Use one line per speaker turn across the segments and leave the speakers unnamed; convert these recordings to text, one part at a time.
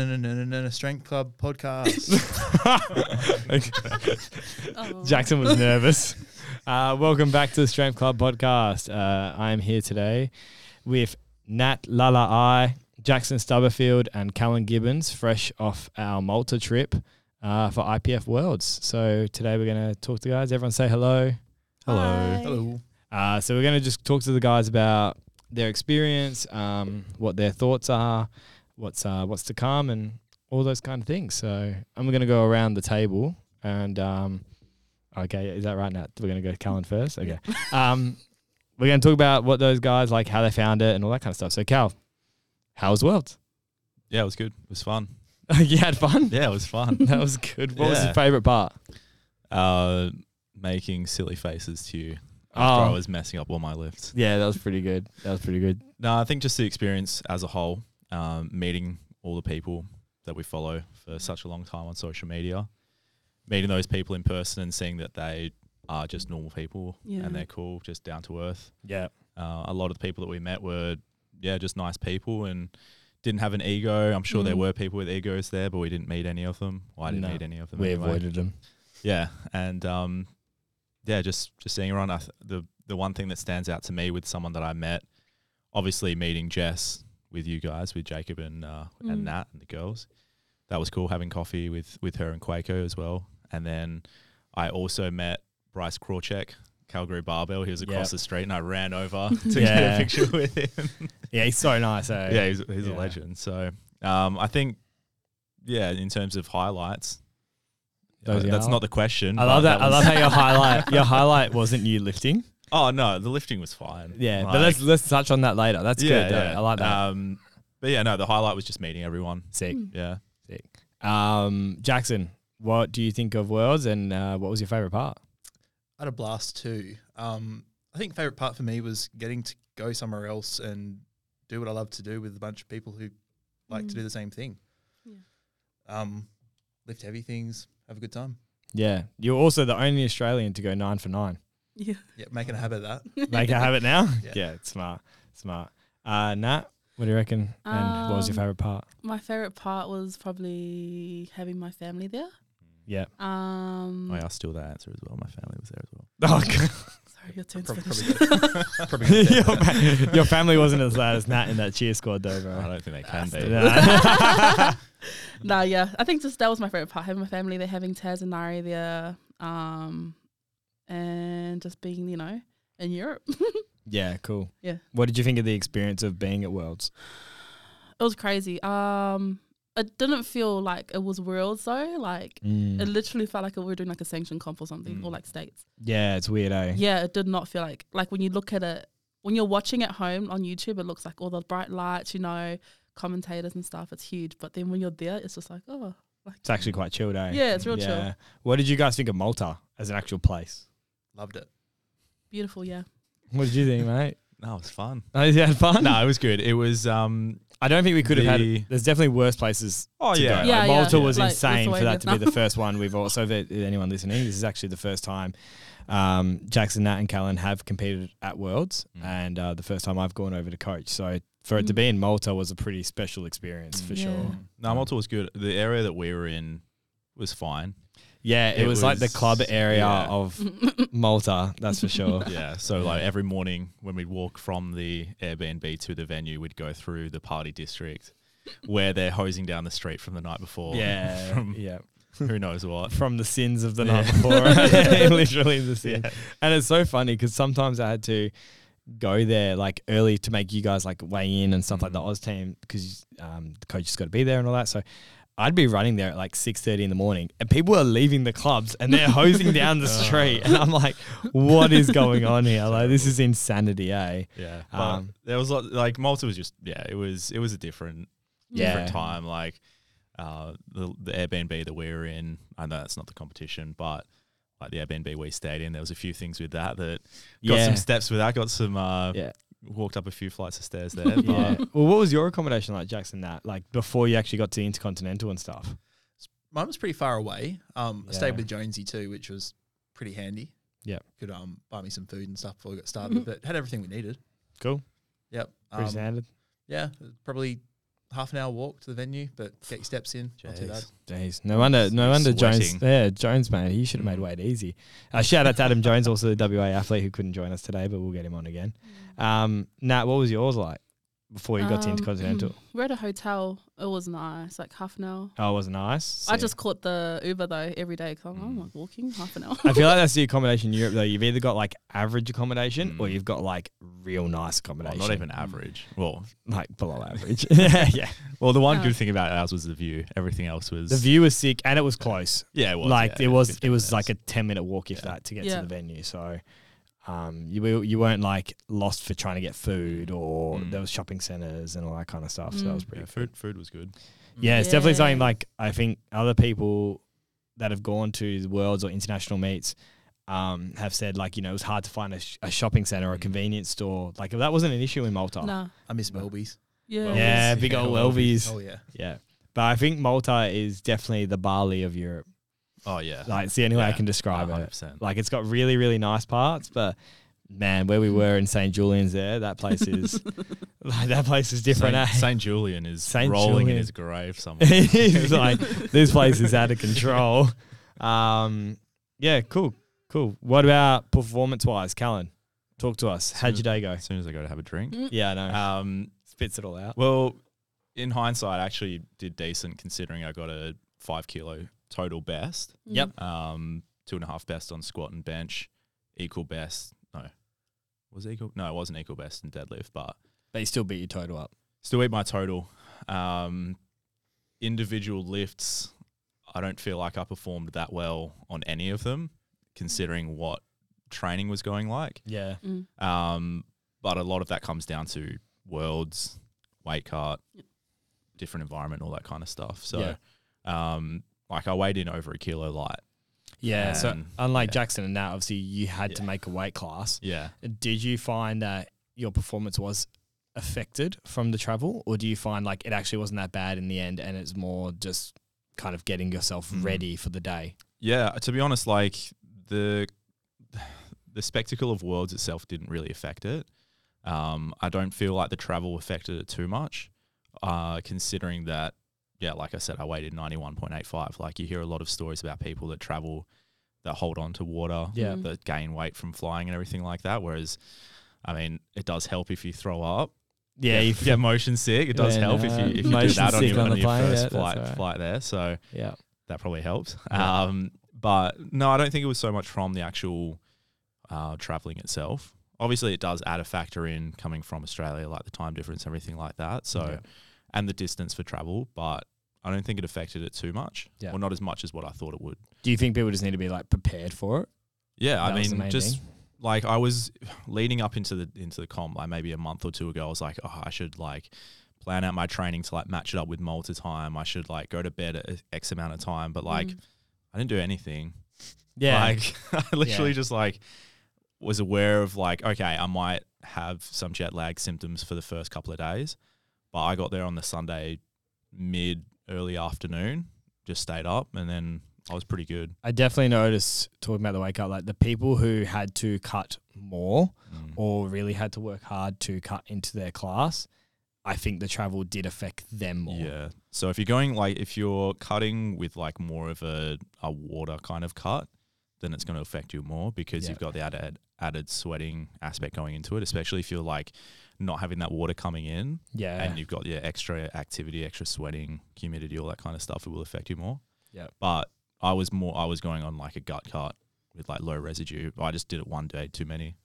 Da-na-na-na-na-na-na, Strength Club podcast.
Oh.
Jackson was nervous. Uh, welcome back to the Strength Club podcast. Uh, I am here today with Nat Lala I, Jackson Stubberfield, and Callan Gibbons, fresh off our Malta trip uh, for IPF Worlds. So today we're going to talk to guys. Everyone say hello.
Hi.
Hello.
Uh, so we're going to just talk to the guys about their experience, um, what their thoughts are, what's uh, what's to come, and all those kind of things. So I'm going to go around the table and um, okay, is that right, Nat? We're going to go Callan first. Okay, um, we're going to talk about what those guys like, how they found it, and all that kind of stuff. So Cal, how was Worlds?
Yeah, it was good. It was fun.
you had fun.
Yeah, it was fun.
That was good. What was your
Yeah.
favorite part?
uh, making silly faces to you
Oh.
after I was messing up all my lifts.
Yeah, that was pretty good. That was pretty good.
No, I think just the experience as a whole, um, meeting all the people that we follow for such a long time on social media, meeting those people in person and seeing that they are just normal people
Yeah.
and they're cool, just down to earth.
Yeah.
Uh, a lot of the people that we met were, yeah, just nice people and didn't have an ego. I'm sure there
Mm.
were people with egos there, but we didn't meet any of them. Well, I didn't
No.
meet any of them.
We
anyway.
avoided them.
Yeah, and um, yeah, just just seeing around. I th- the the one thing that stands out to me with someone that I met, obviously meeting Jess with you guys, with Jacob and uh,
Mm.
and Nat and the girls, that was cool. Having coffee with with her and Quaco as well, and then I also met Bryce Krawcheck, Calgary Barbell. He was across
Yep.
the street, and I ran over to get
Yeah.
a picture with him.
Yeah, he's so nice. Eh?
yeah, he's, he's
Yeah.
a legend. So um, I think. Yeah, in terms of highlights,
Those
uh,
are
that's
our-
not the question.
I
but
love that. I
was-
love how your highlight your highlight wasn't you lifting.
Oh no, the lifting was fine.
Yeah,
Like,
but let's let's touch on that later. That's good. though. I like that.
Um, but yeah, no, the highlight was just meeting everyone.
Hmm.
Sick.
Yeah,
Um, Jackson, what do you think of Worlds and uh, what was your favorite part?
I had a blast too. Um, I think favorite part for me was getting to go somewhere else and do what I love to do with a bunch of people who like to
Mm.
do the same thing.
Yeah.
Um, lift heavy things, have a good time.
Yeah, you're also the only Australian to go nine for nine.
Yeah.
Yeah, making a habit of that.
Like I have it now.
Yeah.
yeah. it's smart, smart. Uh, Nat, what do you reckon? And what was your
Um,
favorite part?
My favorite part was probably having my family there.
Yeah.
Um,
Oh, I asked still that answer as well. My family was there as well.
Oh,
Sorry, your turn's
Prob-
finished.
Probably
your,
gonna say that.
fa- your family wasn't as loud as Nat in that cheer squad though, bro.
I don't think they can be.
Nah.
nah, yeah. I think just that was my favorite part. Having my family there, having Taz and Nari there, um, and just being, you know, in Europe.
Yeah, cool.
Yeah.
What did you think of the experience of being at Worlds?
It was crazy. Um, it didn't feel like it was worlds though. Like
Mm.
it literally felt like we were doing like a sanction comp or something, or
Mm.
like states.
Yeah, it's weird, eh?
Yeah, it did not feel like like when you look at it when you're watching at home on YouTube, it looks like all the bright lights, you know, commentators and stuff. It's huge, but then when you're there, it's just like oh,
It's actually quite chilled, eh?
Yeah, it's real chill.
What did you guys think of Malta as an actual place?
Loved it.
beautiful, yeah.
What did you think, mate?
No, it was fun.
Oh, you had fun?
no, it was good. It was. Um,
I don't think we could have
The-
had. There's definitely worse places.
oh
to
yeah,
go.
Yeah,
Like, Malta
yeah.
was
Like,
insane for
Lithuania.
that to be the first one. We've also, if it- anyone listening, this is actually the first time um, Jackson, Nat, and Callan have competed at Worlds,
Mm.
and uh, the first time I've gone over to coach. So for it to
Mm.
be in Malta was a pretty special experience for
Yeah.
sure.
No, Malta was good. The area that we were in was fine.
Yeah, it,
It
was, like the
was-
club area
yeah.
of Malta, that's for sure.
Yeah, so like every morning when we'd walk from the Airbnb to the venue, we'd go through the party district where they're hosing down the street from the night before.
yeah,
from
yeah.
who knows what.
from the sins of the
Yeah.
night before. Literally the sin.
Yeah.
And it's so funny because sometimes I had to go there like early to make you guys like weigh in and stuff like the
Mhm.
Oz team because um, the coach has got to be there and all that. So I'd be running there at like six thirty in the morning, and people are leaving the clubs and they're hosing down the street,
Uh.
and I'm like, "What is going on here? Like this is insanity, eh?"
Yeah, but
Um,
there was lot, like Malta was just yeah, it was it was a different
Yeah.
different time. Like uh, the the Airbnb that we were in, I know that's not the competition, but like the Airbnb we stayed in, there was a few things with that that got
Yeah.
some steps with that, got some uh,
Yeah.
walked up a few flights of stairs there.
Yeah.
but
well, what was your accommodation like, Jackson? That like before you actually got to Intercontinental and stuff.
Mine was pretty far away. Um, I
Yeah.
stayed with Jonesy too, which was pretty handy.
Yep.
Could um buy me some food and stuff before we
Mm-hmm.
got started, but had everything we needed.
Cool.
Yep.
Pretty
Um,
standard.
yeah, probably half an hour walk to the venue, but get your steps in. Not too
Jeez.
bad.
Jeez, no wonder, no wonder Jones.
Sweating.
Yeah, Jones, mate, he should have made
Mm.
weight easy. Uh, shout out to Adam Jones, also the WA athlete who couldn't join us today, but we'll get him on again. Um, Nat, what was yours like before you got to
Mm. Um,
Intercontinental?
We're at a hotel. It was nice, like half an hour.
Oh, it was nice.
I
Sick.
just caught the Uber though every day because I'm, I'm
Mm.
like walking half an hour.
I feel like that's the accommodation in Europe though. You've either got like average accommodation or
Mm.
you've got like real nice
Well,
accommodation.
not even average. Well,
like below average. yeah, yeah.
well, the one
Oh.
good thing about ours was the view. Everything else was
The view was sick and it was close.
Yeah, it was,
like
yeah,
it was,
15
it was like
minutes.
a ten minute walk if
Yeah.
that to get
Yeah.
to the venue. So, um, you were- you weren't like lost for trying to get food or
Mm.
there was shopping centers and all that kind of stuff. So that
Mm.
was
Yeah,
pretty. cool.
food food was good.
Yeah, it's definitely
Yeah.
something like I think other people that have gone to the worlds or international meets um, have said like you know it was hard to find a, sh- a shopping center or a
Mm.
convenience store. Like that wasn't an issue in Malta.
nah.
I miss
No.
Melby's.
Yeah.
Yeah,
Welbies.
big
Yeah,
old
Welbies.
Welbies.
Oh yeah.
Yeah. But I think Malta is definitely the Bali of Europe.
Oh yeah,
Like it's the only way I
Yeah.
can describe it.
100%.
Like it's got really, really nice parts, but man, where we were in St. Julian's there, that place is like that place is different.
Saint,
eh?
Saint Julian is
Saint
rolling
Julian.
in his grave somewhere.
it's like this place is out of control. Um, yeah, cool, cool. What about performance wise, Callan? Talk to us. How'd your day go?
as soon as I go to have a drink.
Mm.
Yeah, I know.
Um,
Spits it all out.
well, in hindsight, I actually did decent considering I got a five kilo total best,
Mm.
Yep.
um, two and a half best on squat and bench, equal best. No, was it equal? No, it wasn't equal best in deadlift, but
But you still beat your total up.
still eat my total. Um, individual lifts, I don't feel like I performed that well on any of them, considering what training was going like.
Yeah.
Mm.
Um, but a lot of that comes down to worlds, weight cut,
Yep.
different environment, all that kind of stuff. So,
Yeah.
um, like I weighed in over a kilo light.
Yeah. so
Um,
unlike
yeah.
Jackson and Nat, obviously you had to
Yeah.
make a weight class.
Yeah.
Did you find that your performance was affected from the travel, or do you find like it actually wasn't that bad in the end, and it's more just kind of getting yourself
Mm.
ready for the day?
Yeah, to be honest, like the the spectacle of worlds itself didn't really affect it. Um, I don't feel like the travel affected it too much, uh, considering that, yeah, like I said, I weighed in 91.85. Like you hear a lot of stories about people that travel, that hold on to water,
Yeah.
Mm.
that gain weight from flying and everything like that. Whereas, I mean, it does help if you throw up.
Yeah.
if you get motion sick, it does
Yeah,
help if
no,
you, if you do
motion
that on
sick
your,
on
on
the
your
plane,
first
yeah, that's
flight,
alright.
flight there. So,
yeah.
that probably helps.
Yeah.
Um, but no, I don't think it was so much from the actual uh, traveling itself. Obviously, it does add a factor in coming from Australia, like the time difference, everything like that. So,
Yeah.
and the distance for travel, but I don't think it affected it too much,
Yeah.
or not as much as what I thought it would.
Do you think people just need to be like prepared for it?
Yeah, I
That was the
mean,
main
just
thing.
like I was leading up into the into the comp, like maybe a month or two ago, I was like, oh, I should like plan out my training to like match it up with Malta time. I should like go to bed at X amount of time, but like
Mm.
I didn't do anything.
yeah,
Like I literally
Yeah.
just like was aware of like, okay, I might have some jet lag symptoms for the first couple of days. But I got there on the Sunday mid early afternoon, just stayed up and then I was pretty good.
I definitely noticed talking about the wake up, like the people who had to cut more or really had to work hard to cut into their class. I think the travel did affect them more.
Yeah. So if you're going like if you're cutting with like more of a, a water kind of cut, then it's going to affect you more because
Yeah.
you've got the added added sweating aspect going into it, especially if you're like not having that water coming in.
yeah.
and you've got yeah extra activity, extra sweating, humidity, all that kind of stuff. It will affect you more.
Yep.
But I was more I was going on like a gut cut with like low residue. I just did it one day too many.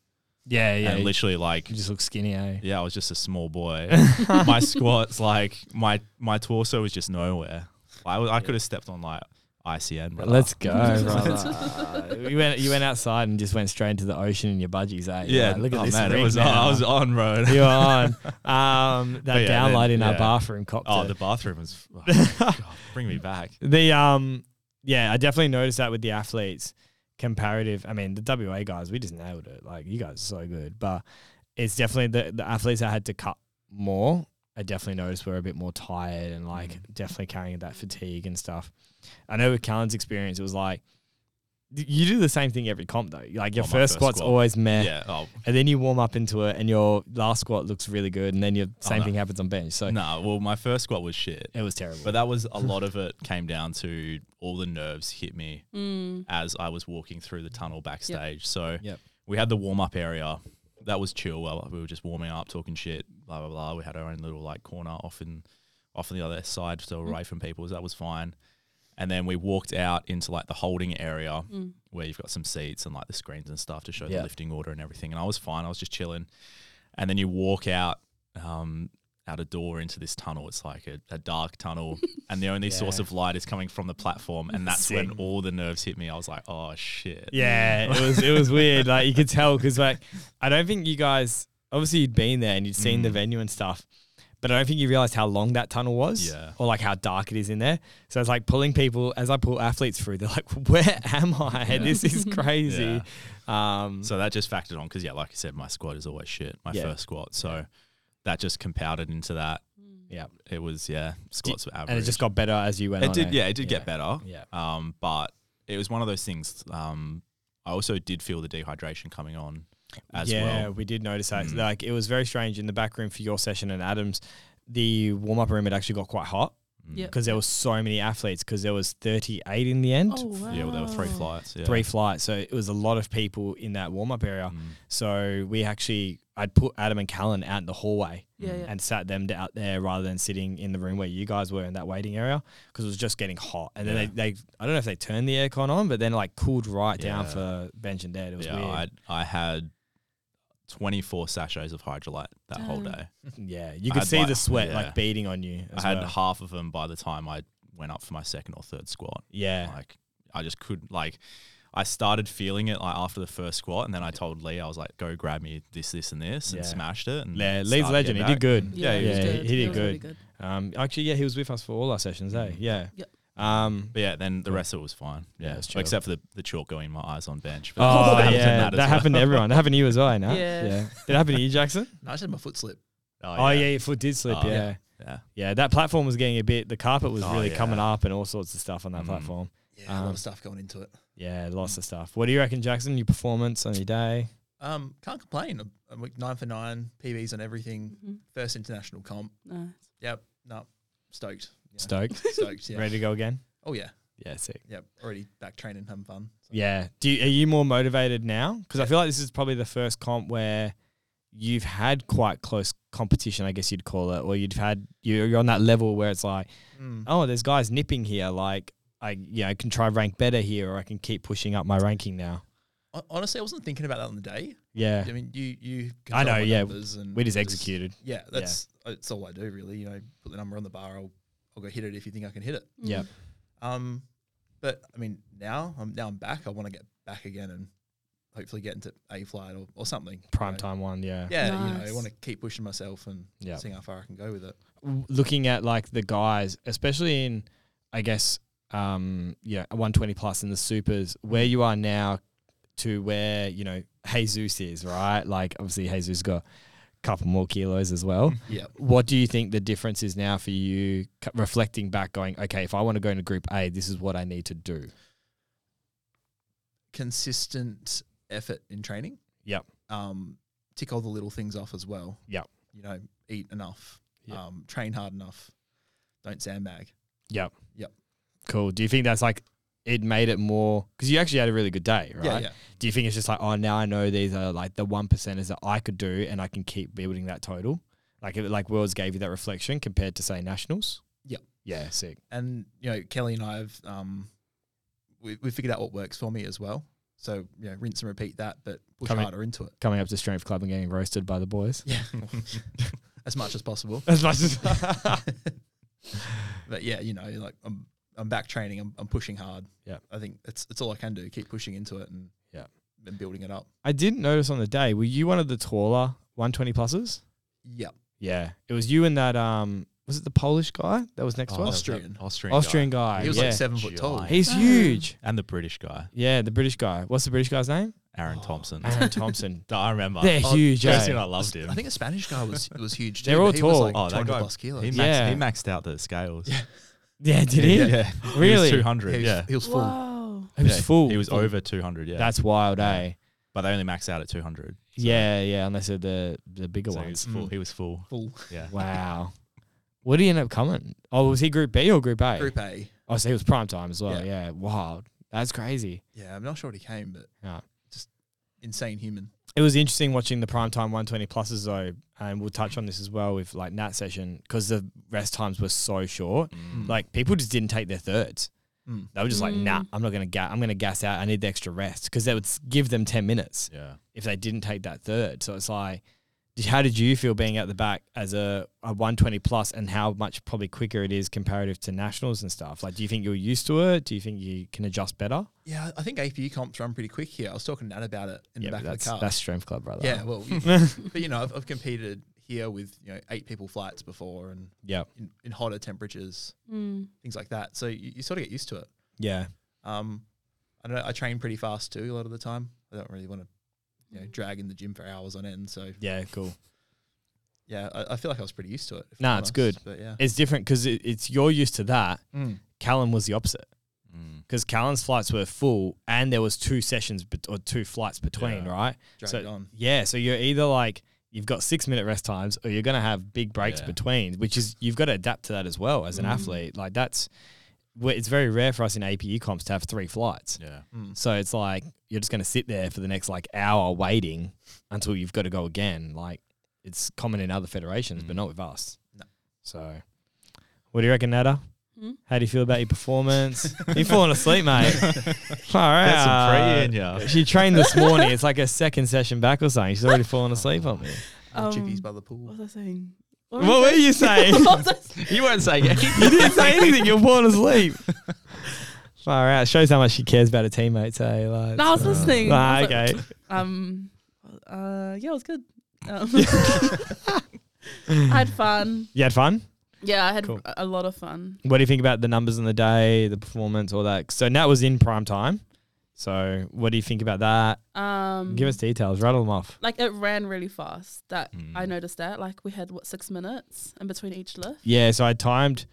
yeah,
Yeah.
yeah.
And literally like
you just look skinny, eh?
yeah, I was just a small boy. my squats like my my torso was just nowhere. I was, I could have stepped on like ICN. Brother.
Let's go, brother. you went you went outside and just went straight into the ocean in your budgies, eh? You're
yeah.
like, look at
oh,
this.
man, it
rig
was on,
now.
I was on road.
You're on. Um, that
yeah, then-
downlight in our
yeah.
bathroom copped
Oh,
it.
the bathroom was oh, God, bring me back.
The um, yeah, I definitely noticed that with the athletes. Comparative, I mean, the WA guys, we just nailed it. Like you guys are so good, but it's definitely the the athletes that had to cut more. I definitely noticed were a bit more tired and like
Mhm.
definitely carrying that fatigue and stuff. I know with Callan's experience, it was like you do the same thing every comp though. Like your
Oh, my
first
first
squat's
squat.
always meh,
Yeah. Oh,
and then you warm up into it, and your last squat looks really good, and then your same
no.
thing happens on bench. So
nah. Well, my first squat was shit,
it was terrible.
but that was a lot of it came down to all the nerves hit me
Mm.
as I was walking through the tunnel backstage. So
Yep.
we had the warm up area. That was chill. Well, we were just warming up, talking shit, blah blah blah. We had our own little like corner off in off on the other side, so away from people. So that was fine. And then we walked out into like the holding area
Mm.
where you've got some seats and like the screens and stuff to show
Yeah.
the lifting order and everything. And I was fine. I was just chilling. And then you walk out um, out a door into this tunnel. It's like a, a dark tunnel, and the only source
Yeah.
of light is coming from the platform. And that's when
Sick.
all the nerves hit me. I was like, oh shit.
Yeah, it was it was weird. Like you could tell because like I don't think you guys obviously you'd been there and you'd seen the
Mm.
venue and stuff, but I don't think you realized how long that tunnel was.
Yeah.
Or like how dark it is in there. So it's like pulling people as I pull athletes through, they're like, Where am I?
Yeah.
This is crazy. Um
So that just factored on because yeah, like I said, my squat is always shit. My
Yeah.
first squat, so that just compounded into that.
yeah.
It was yeah, squats were average.
And it just got better as you went
It
on.
did
eh?
yeah, it did get better.
Yeah.
Um, but it was one of those things. Um, I also did feel the dehydration coming on as
yeah,
well.
we did notice that.
Mm.
Like it was very strange in the back room for your session and Adams, the warm up room had actually got quite hot
Mm.
Yep.
because there was so many athletes because there was thirty eight in the end.
Oh, wow.
Mm. Yeah, well, there were three flights. Yeah.
three flights. So it was a lot of people in that warm up area.
Mm.
So we actually, I'd put Adam and Callan out in the hallway
Yeah, yeah.
and sat them d- out there rather than sitting in the room where you guys were in that waiting area because it was just getting hot. And then
Yeah.
they, they, I don't know if they turned the aircon on, but then it like cooled right down
Yeah.
for bench and dead. It was
yeah,
weird.
I I had twenty four sachets of hydrolite that whole
Dang.
day.
yeah, you
I
could
had
see
like-
the sweat
yeah.
like beating on you. As
I had
well.
half of them by the time I went up for my second or third squat.
yeah,
Like I just couldn't like I started feeling it like after the first squat and then I told Lee I was like, go grab me this, this and this and
Yeah.
smashed it and
yeah. Lee's
started
legend.
getting
He did
back.
good.
Yeah, he
it
was good.
was good.
He did
It was really
good. Um, actually, yeah, he was with us for all our sessions. Eh?
Mhm.
Yeah.
Yep.
Um,
But yeah, then the rest of it was fine.
Yeah,
Yeah.
it was chill.
Except for the, the chalk going in my eyes on bench. But
Oh,
happened
yeah, that,
as
happened to
well.
everyone. That happened to you as well. No?
Yeah.
Did it happen to you, Jackson?
No, I just had my foot slip.
Oh, yeah. your foot did slip.
Oh,
yeah. yeah,
Yeah.
That platform was getting a bit. The carpet was
Oh,
really
yeah.
coming up, and all sorts of stuff on that
Mm.
platform.
Yeah, a lot
Um,
of stuff going into it.
Yeah, lots of stuff. What do you reckon, Jackson? Your performance on your day?
Um, can't complain. I'm- I'm like nine for nine PBs on everything.
Mhm.
First international comp.
Nice.
Yep. No, stoked. Yeah.
Stoked.
Stoked. Yeah.
Ready to go again?
Oh yeah.
Yeah, sick.
Yep. Already back training, having fun. So.
Yeah. Do you, are you more motivated now? Because I feel like this is probably the first comp where you've had quite close competition. I guess you'd call it, or you've had you're you're on that level where it's like.
Mm.
oh, there's guys nipping here. Like, I, you know, I can try rank better here, or I can keep pushing up my ranking now.
Hon- Honestly, I wasn't thinking about that on the day.
Yeah,
I mean, you you.
I know,
control my
yeah.
numbers And
we just executed.
Yeah, that's that's all I do really. You know, put the number on the bar. I'll I'll go hit it if you think I can hit it.
Yeah.
Um, but I mean, now I'm now I'm back. I want to get back again and hopefully get into a flight or, or something. you
Prime
know.
time one. Yeah.
Yeah, you know, I
Nice.
want to keep pushing myself and
Yeah.
seeing how far I can go with it.
w- looking at like the guys, especially in, I guess, um, you know, 120 plus in the supers, where you are now to where, you know, Jesus is, right? Like, obviously, Jesus got a couple more kilos as well.
Yeah.
What do you think the difference is now for you c- reflecting back, going, okay, if I want to go into group A, this is what I need to do?
Consistent effort in training.
Yep.
Um, tick all the little things off as well.
Yep.
You know, eat enough.
Yep.
Um, train hard enough. Don't sandbag.
Yep.
Yep.
Cool. Do you think that's like it made it more because you actually had a really good day, right?
Yeah, yeah.
Do you think it's just like, oh, now I know these are like the one percenters that I could do, and I can keep building that total? Like, it, like Worlds gave you that reflection compared to say nationals.
Yep.
Yeah. Sick.
and you know Kelly and I have um, we we figured out what works for me as well. So you know, rinse and repeat that, but push
Coming-
harder into it.
Coming up to strength club and getting roasted by the boys.
Yeah, as much as possible.
As much as
But yeah, you know, like I'm I'm back training. I'm, I'm pushing hard.
Yeah.
I think it's it's all I can do. Keep pushing into it and
Yeah.
and building it up.
I didn't notice on the day, were you one of the taller 120 pluses?
Yeah,
Yeah. It was you and that um, was it the Polish guy that was next to
Oh,
us?
Austrian.
Austrian.
Austrian guy.
he was
yeah.
like seven foot tall.
Giant.
He's
Oh.
huge.
And the British guy,
Yeah, the British guy. What's the British guy's name?
Aaron Thompson.
Aaron Thompson.
I remember.
They're
Oh,
huge.
First
eh?
thing I loved him.
I think a Spanish guy was was huge. Too,
They're all
but he was
tall.
like
Oh, that
200
guy-
plus kilos.
he, maxed,
Yeah.
he maxed out the scales.
Yeah.
Yeah, did he?
Yeah. He was
Really?
200.
he was,
Yeah.
he was full.
Mm. Wow.
It was
Yeah,
full.
He was
full.
over 200, yeah.
That's wild, eh?
but they only max out at 200. so-
Yeah, yeah. Unless they're the the bigger
so he
ones. Mm.
was full.
Mm.
He was full.
Full
Yeah.
Wow. What did he end up coming? Oh, was he Group B or Group A?
Group A.
Oh, so he was prime time as well.
Yeah.
Yeah. Wild. That's crazy.
Yeah, I'm not sure what he came, but
Yeah.
just insane human.
It was interesting watching the prime time 120 pluses though, and we'll touch on this as well with like Nat session because the rest times were so short.
Mm.
Like people just didn't take their thirds.
Mm.
They were just like,
Mm.
nah, I'm not gonna ga- I'm gonna gas out. I need the extra rest because that would s- give them 10 minutes.
yeah.
if they didn't take that third. So it's like, did- how did you feel being at the back as a, a 120 plus and how much probably quicker it is comparative to nationals and stuff? Like, do you think you're used to it? Do you think you can adjust better?
Yeah, I think APU comps run pretty quick here. I was talking to Nat about it in the back of the
that's,
car.
that's strength club, brother.
yeah, well, you- but you know, I've, I've competed here with you know eight people flights before and
yeah.
in, in hotter temperatures,
Mm.
things like that. So you, you sort of get used to it.
Yeah.
Um, I don't know. I train pretty fast too a lot of the time. I don't really want to you know drag in the gym for hours on end. So
Yeah. Cool.
yeah, I, I feel like I was pretty used to it. if
Nah,
I'm
it's good.
But yeah,
It's different because it, it's you're used to that.
Mm.
Callum was the opposite
Mm.
because Callum's flights were full and there was two sessions bet- or two flights between,
Yeah.
right?
dragged
So-
on.
Yeah, so you're either like you've got six minute rest times, or you're gonna have big breaks
Yeah.
between, which is you've got to adapt to that as well as an
Mm.
athlete. Like that's well, it's very rare for us in APE comps to have three flights.
Yeah.
Mm.
So it's like you're just gonna sit there for the next like hour waiting until you've got to go again. Like it's common in other federations, but
Mm.
not with us.
No.
So, what do you reckon, Nada?
Mm.
How do you feel about your performance? You're falling asleep, mate. All right.
That's some pre in ya.
She trained this morning. It's like her second session back or something. She's already fallen asleep on me.
Little chippies
Um,
by the
What
pool.
was I saying?
What were you saying?
What was I saying?
You weren't saying
You didn't say anything. You're falling asleep. Far out. Shows how much she cares about her teammates, eh? Like,
no, I was
Uh,
listening.
Nah,
I was like,
okay.
Um. Uh. Yeah, it was good. Um, I had fun.
You had fun?
Yeah, I had
Cool.
a a lot of fun.
What do you think about the numbers on the day, the performance, all that? So Nat was in prime time. So what do you think about that?
Um.
Give us details. Rattle them off.
like it ran really fast. That I
Mm.
noticed that. Like we had what six minutes in between each lift.
Yeah, so I timed.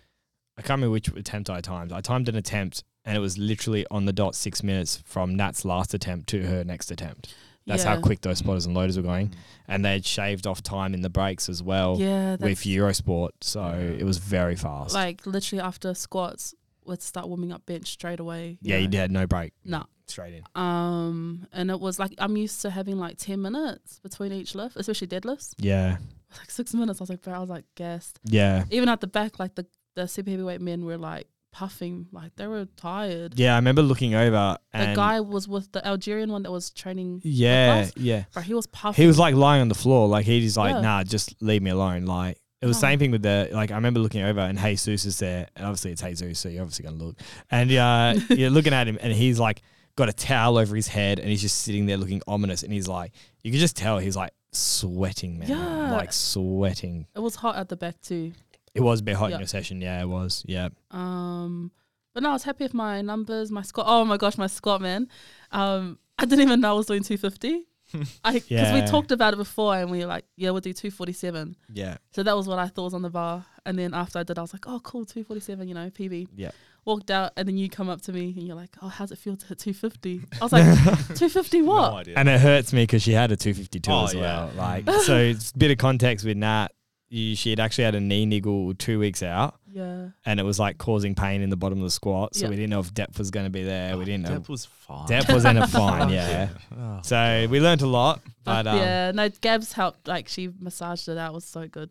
I can't remember which attempt I timed. I timed an attempt, and it was literally on the dot six minutes from Nat's last attempt to her next attempt. That's
yeah.
how quick those spotters and loaders were going, and they had shaved off time in the breaks as well
Yeah,
with
that's
Eurosport. So it was very fast.
like literally after squats, let's start warming up bench straight away.
yeah,
know.
you had no break.
No.
straight in.
Um, and it was like I'm used to having like ten minutes between each lift, especially deadlifts.
Yeah,
It was like six minutes. I was like, bro, I was like gassed.
yeah,
Even at the back, like the the super heavyweight men were like puffing, like they were tired.
yeah. I remember looking over and
the guy was with the Algerian one that was training.
Yeah,
Like
yeah.
Bro, he was puffing.
He was like lying on the floor, like he just like,
Yeah.
nah, just leave me alone. Like it was
Oh.
same thing with the like I remember looking over and Jesus is there, and obviously it's Jesus, so you're obviously gonna look. And uh you're looking at him and he's like got a towel over his head and he's just sitting there looking ominous and he's like you can just tell he's like sweating, man.
Yeah.
Like sweating.
it was hot at the back too.
It was a bit hot
Yeah.
in your session, yeah, it was. Yeah.
Um, but no, I was happy with my numbers, my squat. Oh my gosh, my squat, man. Um, I didn't even know I was doing 250. I because
Yeah.
we talked about it before, and we were like, yeah, we'll do 247.
Yeah.
So that was what I thought was on the bar. And then after I did, I was like, oh, cool, 247, you know, PB.
Yeah.
Walked out, and then you come up to me and you're like, oh, how's it feel to hit 250? I was like, 250 what?
No idea.
And it hurts me because she had a 252
Oh,
as well.
yeah.
Like, so it's a bit of context with Nat. You, she had actually had a knee niggle two weeks out.
yeah.
and it was like causing pain in the bottom of the squat. So
Yeah.
we didn't know if depth was going to be there. we didn't know.
Ah, Depth was fine.
Depth was in a fine, yeah.
Oh.
So we learnt a lot, but um, yeah.
yeah, no, Gabs helped. Like, she massaged it out. It was so good.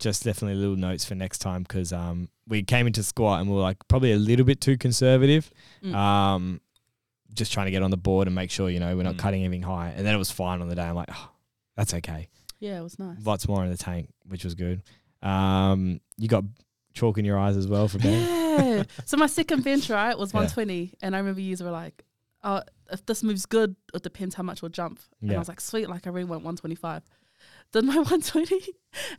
just definitely little notes for next time because um, we came into squat and we were like probably a little bit too conservative.
Mm.
Um, just trying to get on the board and make sure you know we're not
Mm.
cutting anything high. And then it was fine on the day. I'm like, oh, that's okay.
Yeah, it was nice.
Lots more in the tank, which was good. Um, you got chalk in your eyes as well for Benny.
Yeah. so my second bench, right, was
Yeah.
120. And I remember you were like, oh, if this moves good, it depends how much we'll jump. And
Yeah.
I was like, sweet, like I really want 125. Did my 120.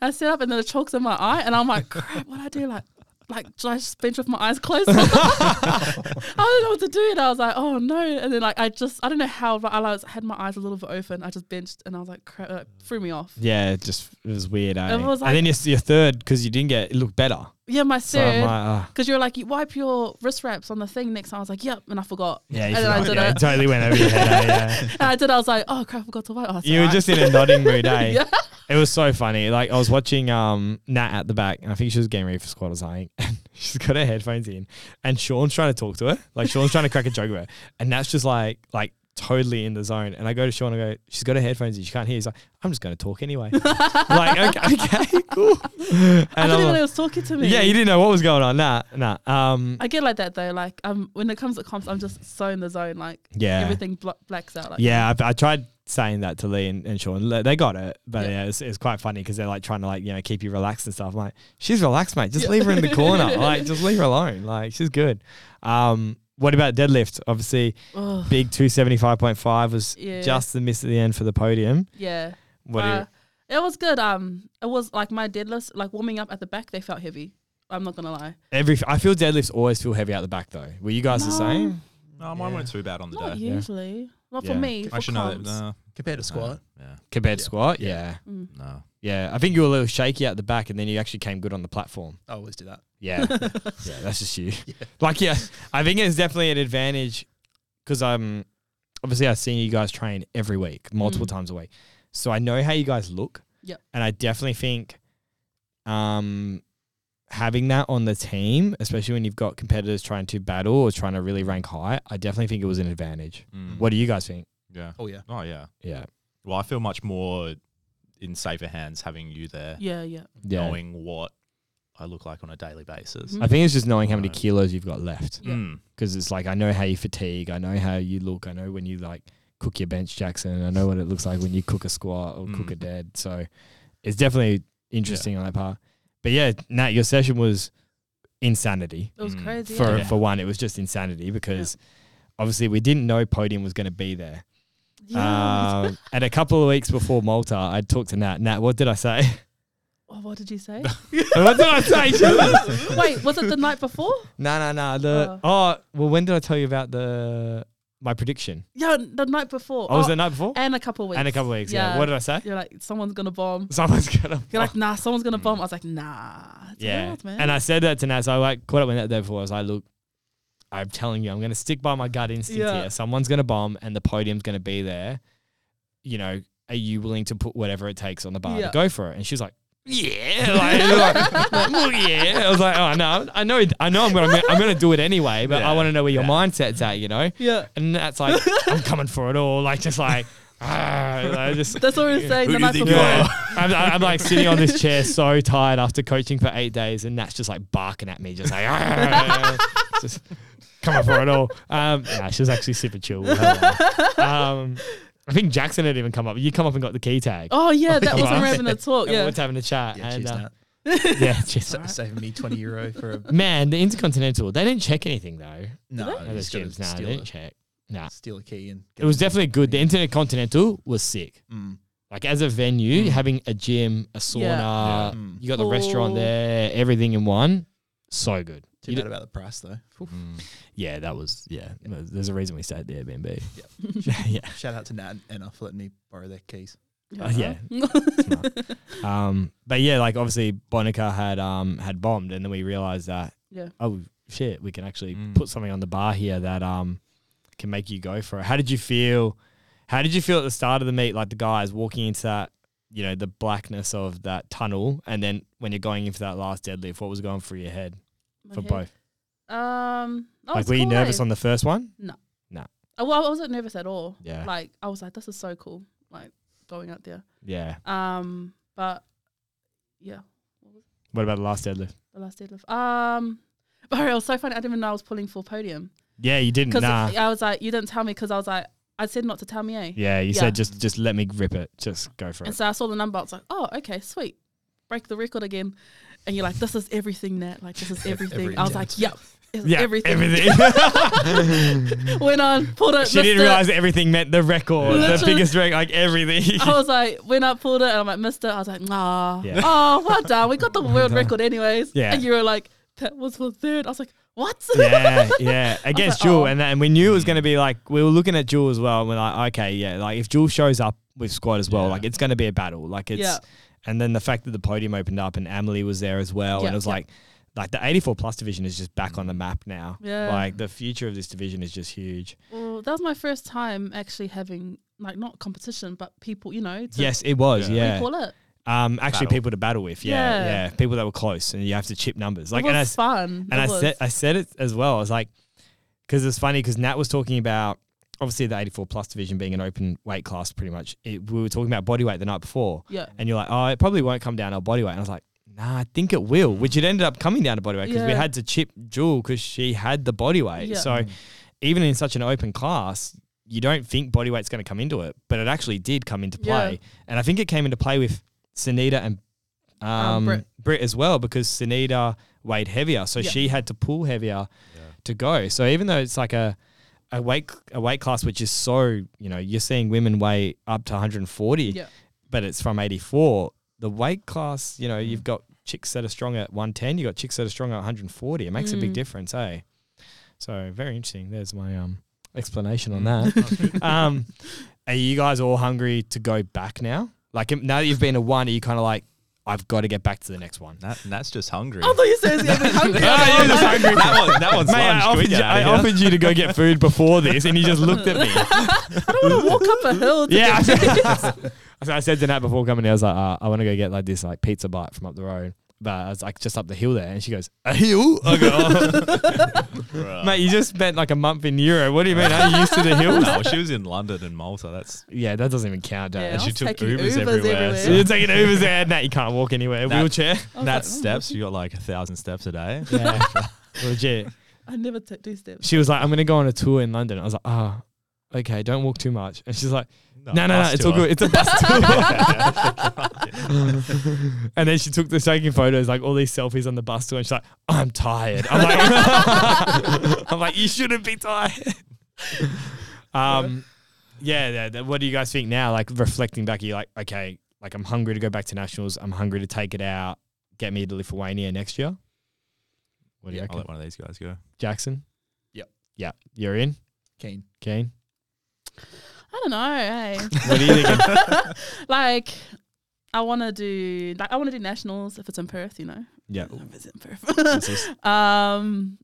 I set up and then it chokes in my eye. And I'm like, crap, what I do? Like, like, should I just bench with my eyes closed? I don't know what to do. And I was like, oh no. And then like I just I don't know how, but I was, had my eyes a little bit open. I just benched and I was like, crap, it, like, threw me off.
Yeah, it just it was weird. Eh?
It was
and then
like-
your, your third because you didn't get it looked better.
Yeah, my
So I'm
third.
like, ah.
Because you were like, you wipe your wrist wraps on the thing next time. I was like, yep. And I forgot.
yeah, you
And then I
forgot.
did
yeah,
it.
it totally went over your head. eh? Yeah.
And I did. I was like, oh crap, I forgot to wipe. Oh, it's
You were
alright.
just in a nodding mood, eh?
Yeah.
It was so funny. Like I was watching um Nat at the back, and I think she was getting ready for squad or something. And she's got her headphones in, and Sean's trying to talk to her. Like Sean's trying to crack a joke with her, and Nat's just like like totally in the zone. And I go to Sean and I go, she's got her headphones in, she can't hear. He's like, I'm just going to talk anyway. like okay, okay, cool. And
I
I'm
didn't even know
like,
he was talking to me.
yeah, you didn't know what was going on. Nah, nah. Um,
I get like that though. Like um, when it comes to comps, I'm just so in the zone. Like
yeah,
everything bl- blacks out. Like,
yeah, I, I tried saying that to Lee and, and Sean. Le- They got it, but
Yeah.
yeah, it's, it's quite funny because they're like trying to like you know keep you relaxed and stuff. I'm like, she's relaxed, mate. Just
Yeah.
leave her in the corner. like, just leave her alone. Like, she's good. Um, what about deadlift? Obviously,
Ugh,
big two seventy five point five was
yeah.
just the miss at the end for the podium.
yeah.
What?
Uh, it was good. Um, it was like my deadlifts, like warming up at the back, they felt heavy. I'm not gonna lie.
do you, every I feel deadlifts always feel heavy out the back though. Were you guys the
No.
same?
No, mine
Yeah.
weren't too bad on the
Not
day.
Yeah.
usually. Not for
Yeah.
me. For
Actually, no,
comps.
no,
compared to squat.
Yeah,
Compared to
Yeah.
squat, yeah,
Mm.
no.
yeah. I think you were a little shaky at the back, and then you actually came good on the platform.
I always do that.
Yeah. yeah, that's just you.
Yeah.
Like, yeah, I think it's definitely an advantage because I'm obviously I've seen you guys train every week, multiple
Mm.
times a week. So I know how you guys look.
Yep.
And I definitely think um having that on the team, especially when you've got competitors trying to battle or trying to really rank high, I definitely think it was an advantage.
Mm.
What do you guys think?
Yeah.
Oh yeah.
Oh yeah.
Yeah.
Well, I feel much more in safer hands having you there,
Yeah, yeah.
Yeah. Mm-hmm.
knowing what I look like on a daily basis.
Mhm.
I think it's just knowing how many
Right.
kilos you've got left.
Yeah.
Mm.
because it's like I know how you fatigue, I know how you look, I know when you like cook your bench, Jackson. I know what it looks like when you cook a squat or cook a
Mm.
dead. So it's definitely interesting on that part. But yeah, Nat, your session was insanity
It was
Mm.
crazy.
for
yeah.
for one. It was just insanity because obviously we didn't know podium was going to be there.
Yeah.
Um, and a couple of weeks before Malta, I talked to Nat. Nat, what did I say?
oh, what did you say?
what did I say? no,
Wait, was it the night before?
no, no. The oh, well, when did I tell you about the my prediction?
Yeah, the night before.
Oh, was
Oh,
the night before?
and a couple of weeks.
And a couple of weeks, yeah. What did I say?
You're like, someone's gonna bomb.
Someone's gonna.
You're like, nah, someone's gonna bomb. I was like, nah. It's
Oh. Mm. yeah.
wild, man.
And I said that to Nat. So I like caught up with Nat there before. I was like, look, I'm telling you, I'm gonna stick by my gut instinct
Yeah.
here. Someone's gonna bomb, and the podium's gonna be there. You know, are you willing to put whatever it takes on the bar
Yeah.
to go for it? And she's like. Yeah, like, like, like, well, yeah. I was like, oh no, I know, I know, I'm gonna, I'm gonna do it anyway, but I
Yeah.
want to know where your
Yeah.
mindset's at, you know.
yeah.
And that's like, I'm coming for it all, like just like, ah, like, just
That's what we were saying
Who do you
the night
think
before.
you
Yeah.
Yeah.
I'm, I'm like sitting on this chair so tired after coaching for eight days, and Nat's just like barking at me, just like, "Arr!" just coming for it all. Um, nah, she was actually super chill. with her life. Um, I think Jackson had even come up. You come up and got the key tag.
Oh yeah, that was
Yeah.
when we were having a talk.
and we
Yeah.
were having a chat.
Yeah,
and,
cheers,
uh,
Nat.
yeah, cheers.
Sa- Saving me twenty euro for a
Man, the Intercontinental, they didn't check anything though.
no.
At those
just gotta
gyms, nah, they
Oh, steal
didn't
a-
check. Nah,
steal a key and
it was definitely good. The Intercontinental was sick.
Mm,
Like as a venue,
Mm.
having a gym, a sauna,
Yeah.
mm.
uh, You got the
Pool.
restaurant there, everything in one. So good.
Too
You
bad
d-
about the price though.
Mm.
yeah, that was yeah. There's a reason we stayed at the Airbnb. yeah.
Shout out to Nat and Anna for letting me borrow their keys.
Uh, Um but yeah, like obviously Bonica had um had bombed and then we realized that
Yeah.
oh shit, we can actually
Mm.
put something on the bar here that um can make you go for it. How did you feel how did you feel at the start of the meet, like the guys walking into that you know, the blackness of that tunnel and then when you're going in for that last deadlift, what was going through your head
My
for
head.
both?
Um, I
like
was
were you
cool,
nervous
eh?
on the first one?
Uh, Well, I wasn't nervous at all.
Yeah.
Like I was like, this is so cool. Like going out there.
Yeah.
Um, but yeah, what was
What about the last deadlift?
the last deadlift? Um, but it was so funny. I didn't even know I was pulling for podium
Yeah, you didn't.
because
Nah.
I was like, you didn't tell me because I was like, I said not to tell me, eh?
Yeah, you
Yeah.
said just just let me rip it. Just go for
And
it.
so I saw the number. I was like, oh, okay, sweet. Break the record again. And you're like, this is everything, Nat. Like, this is everything. I was
yeah.
like, yep. It's
Yeah,
everything.
everything.
Went on, pulled it.
she
missed
didn't
it.
realize everything meant the record, the
Literally.
biggest record, like everything.
I was like, when I pulled it, and I'm like, missed it. I was like, nah.
Yeah.
Oh, well done. We got the world
done.
record anyways.
Yeah.
And you were like, that was for third. I was like, what?
yeah, yeah. Against
like,
Jewel.
oh.
And, that, and we knew it was going to be like, we were looking at Jewel as well. And we're like, okay, yeah. Like, if Jewel shows up with squad as well,
Yeah.
like, it's going to be a battle. Like, it's.
Yeah.
And then the fact that the podium opened up and Amelie was there as well.
Yeah,
and it was
yeah.
like, like the 84 plus division is just back on the map now.
Yeah.
Like, the future of this division is just huge.
Well, that was my first time actually having like not competition, but people, you know, to
yes, it was.
Yeah.
Yeah.
what do you call it?
Um, actually,
Battle.
people to battle with. Yeah,
Yeah.
yeah, People that were close, and you have to chip numbers. Like,
it was
and I, s-
fun.
and
It
I
was.
said, I said it as well. I was like, because it's funny because Nat was talking about obviously the 84 plus division being an open weight class, pretty much. It, we were talking about body weight the night before,
yeah,
and you're like, oh, it probably won't come down our body weight. And I was like, nah, I think it will, which it ended up coming down to body weight because we
Yeah.
had to chip Jewel because she had the body weight.
Yeah.
So
Mm,
even in such an open class. You don't think body weight's going to come into it, but it actually did come into
Yeah.
play. And I think it came into play with Sunita and um,
Um,
Brit.
Brit.
as well because Sunita weighed heavier, so
Yeah.
she had to pull heavier
Yeah.
to go. So even though it's like a a weight a weight class which is so you know you're seeing women weigh up to 140,
yeah,
but it's from 84. The weight class, you know, you've got chicks that are strong at 110, you got chicks that are strong at 140. It makes a big
Mm.
difference, eh? So very interesting. There's my um explanation on that um, are you guys all hungry to go back now? Like im- now that you've been a one, are you kind of like, I've got to get back to the next one?
Nat, Nat's just hungry.
I thought you said you were hungry.
Ah, you're just hungry.
that, one, that one's
Mate, I,
lunch. Can we
offered you,
get out
I
of here?
offered you to go get food before this, and you just looked at me.
I don't want to walk up a hill. To
Yeah, I
yeah,
said, I said to Nat before coming, here, I was like, uh, I want to go get like this like pizza bite from up the road, but I was like just up the hill there, and she goes, a hill? I go, "Oh."
Bruh.
mate, you just spent like a month in Europe. What do you mean? Are you used to the hills?
No, she was in London and Malta. That's
Yeah, that doesn't even count, does
Yeah,
it?
and
I
she
was
took
taking
Ubers,
Ubers
everywhere.
everywhere.
so-
So you're taking Ubers there, Nat. You can't walk anywhere.
Nat-
Wheelchair.
Nat
"Oh,
steps. You got like a thousand steps a day.
Yeah, legit.
I never t- do steps.
She was like, "I'm gonna go on a tour in London." I was like, "Ah, okay, don't walk too much." And she's like, "No, no, no,
bus
it's all
tour.
good. It's a bus tour." and then she took the taking photos, like all these selfies on the bus tour, and she's like, "I'm tired." I'm like, "I'm like, you shouldn't be tired." Um, yeah, yeah. th- What do you guys think now? Like reflecting back, you're like, okay, like I'm hungry to go back to nationals. I'm hungry to take it out. Get me to Lithuania next year. What do you
I'll
reckon,
let one of these guys go.
Jackson?
Yep.
Yeah, you're in.
Keen.
Keen.
I don't know. Hey.
What do you think?
like I want to do like I want to do nationals if it's in Perth, you know.
Yeah.
If it's in Perth. um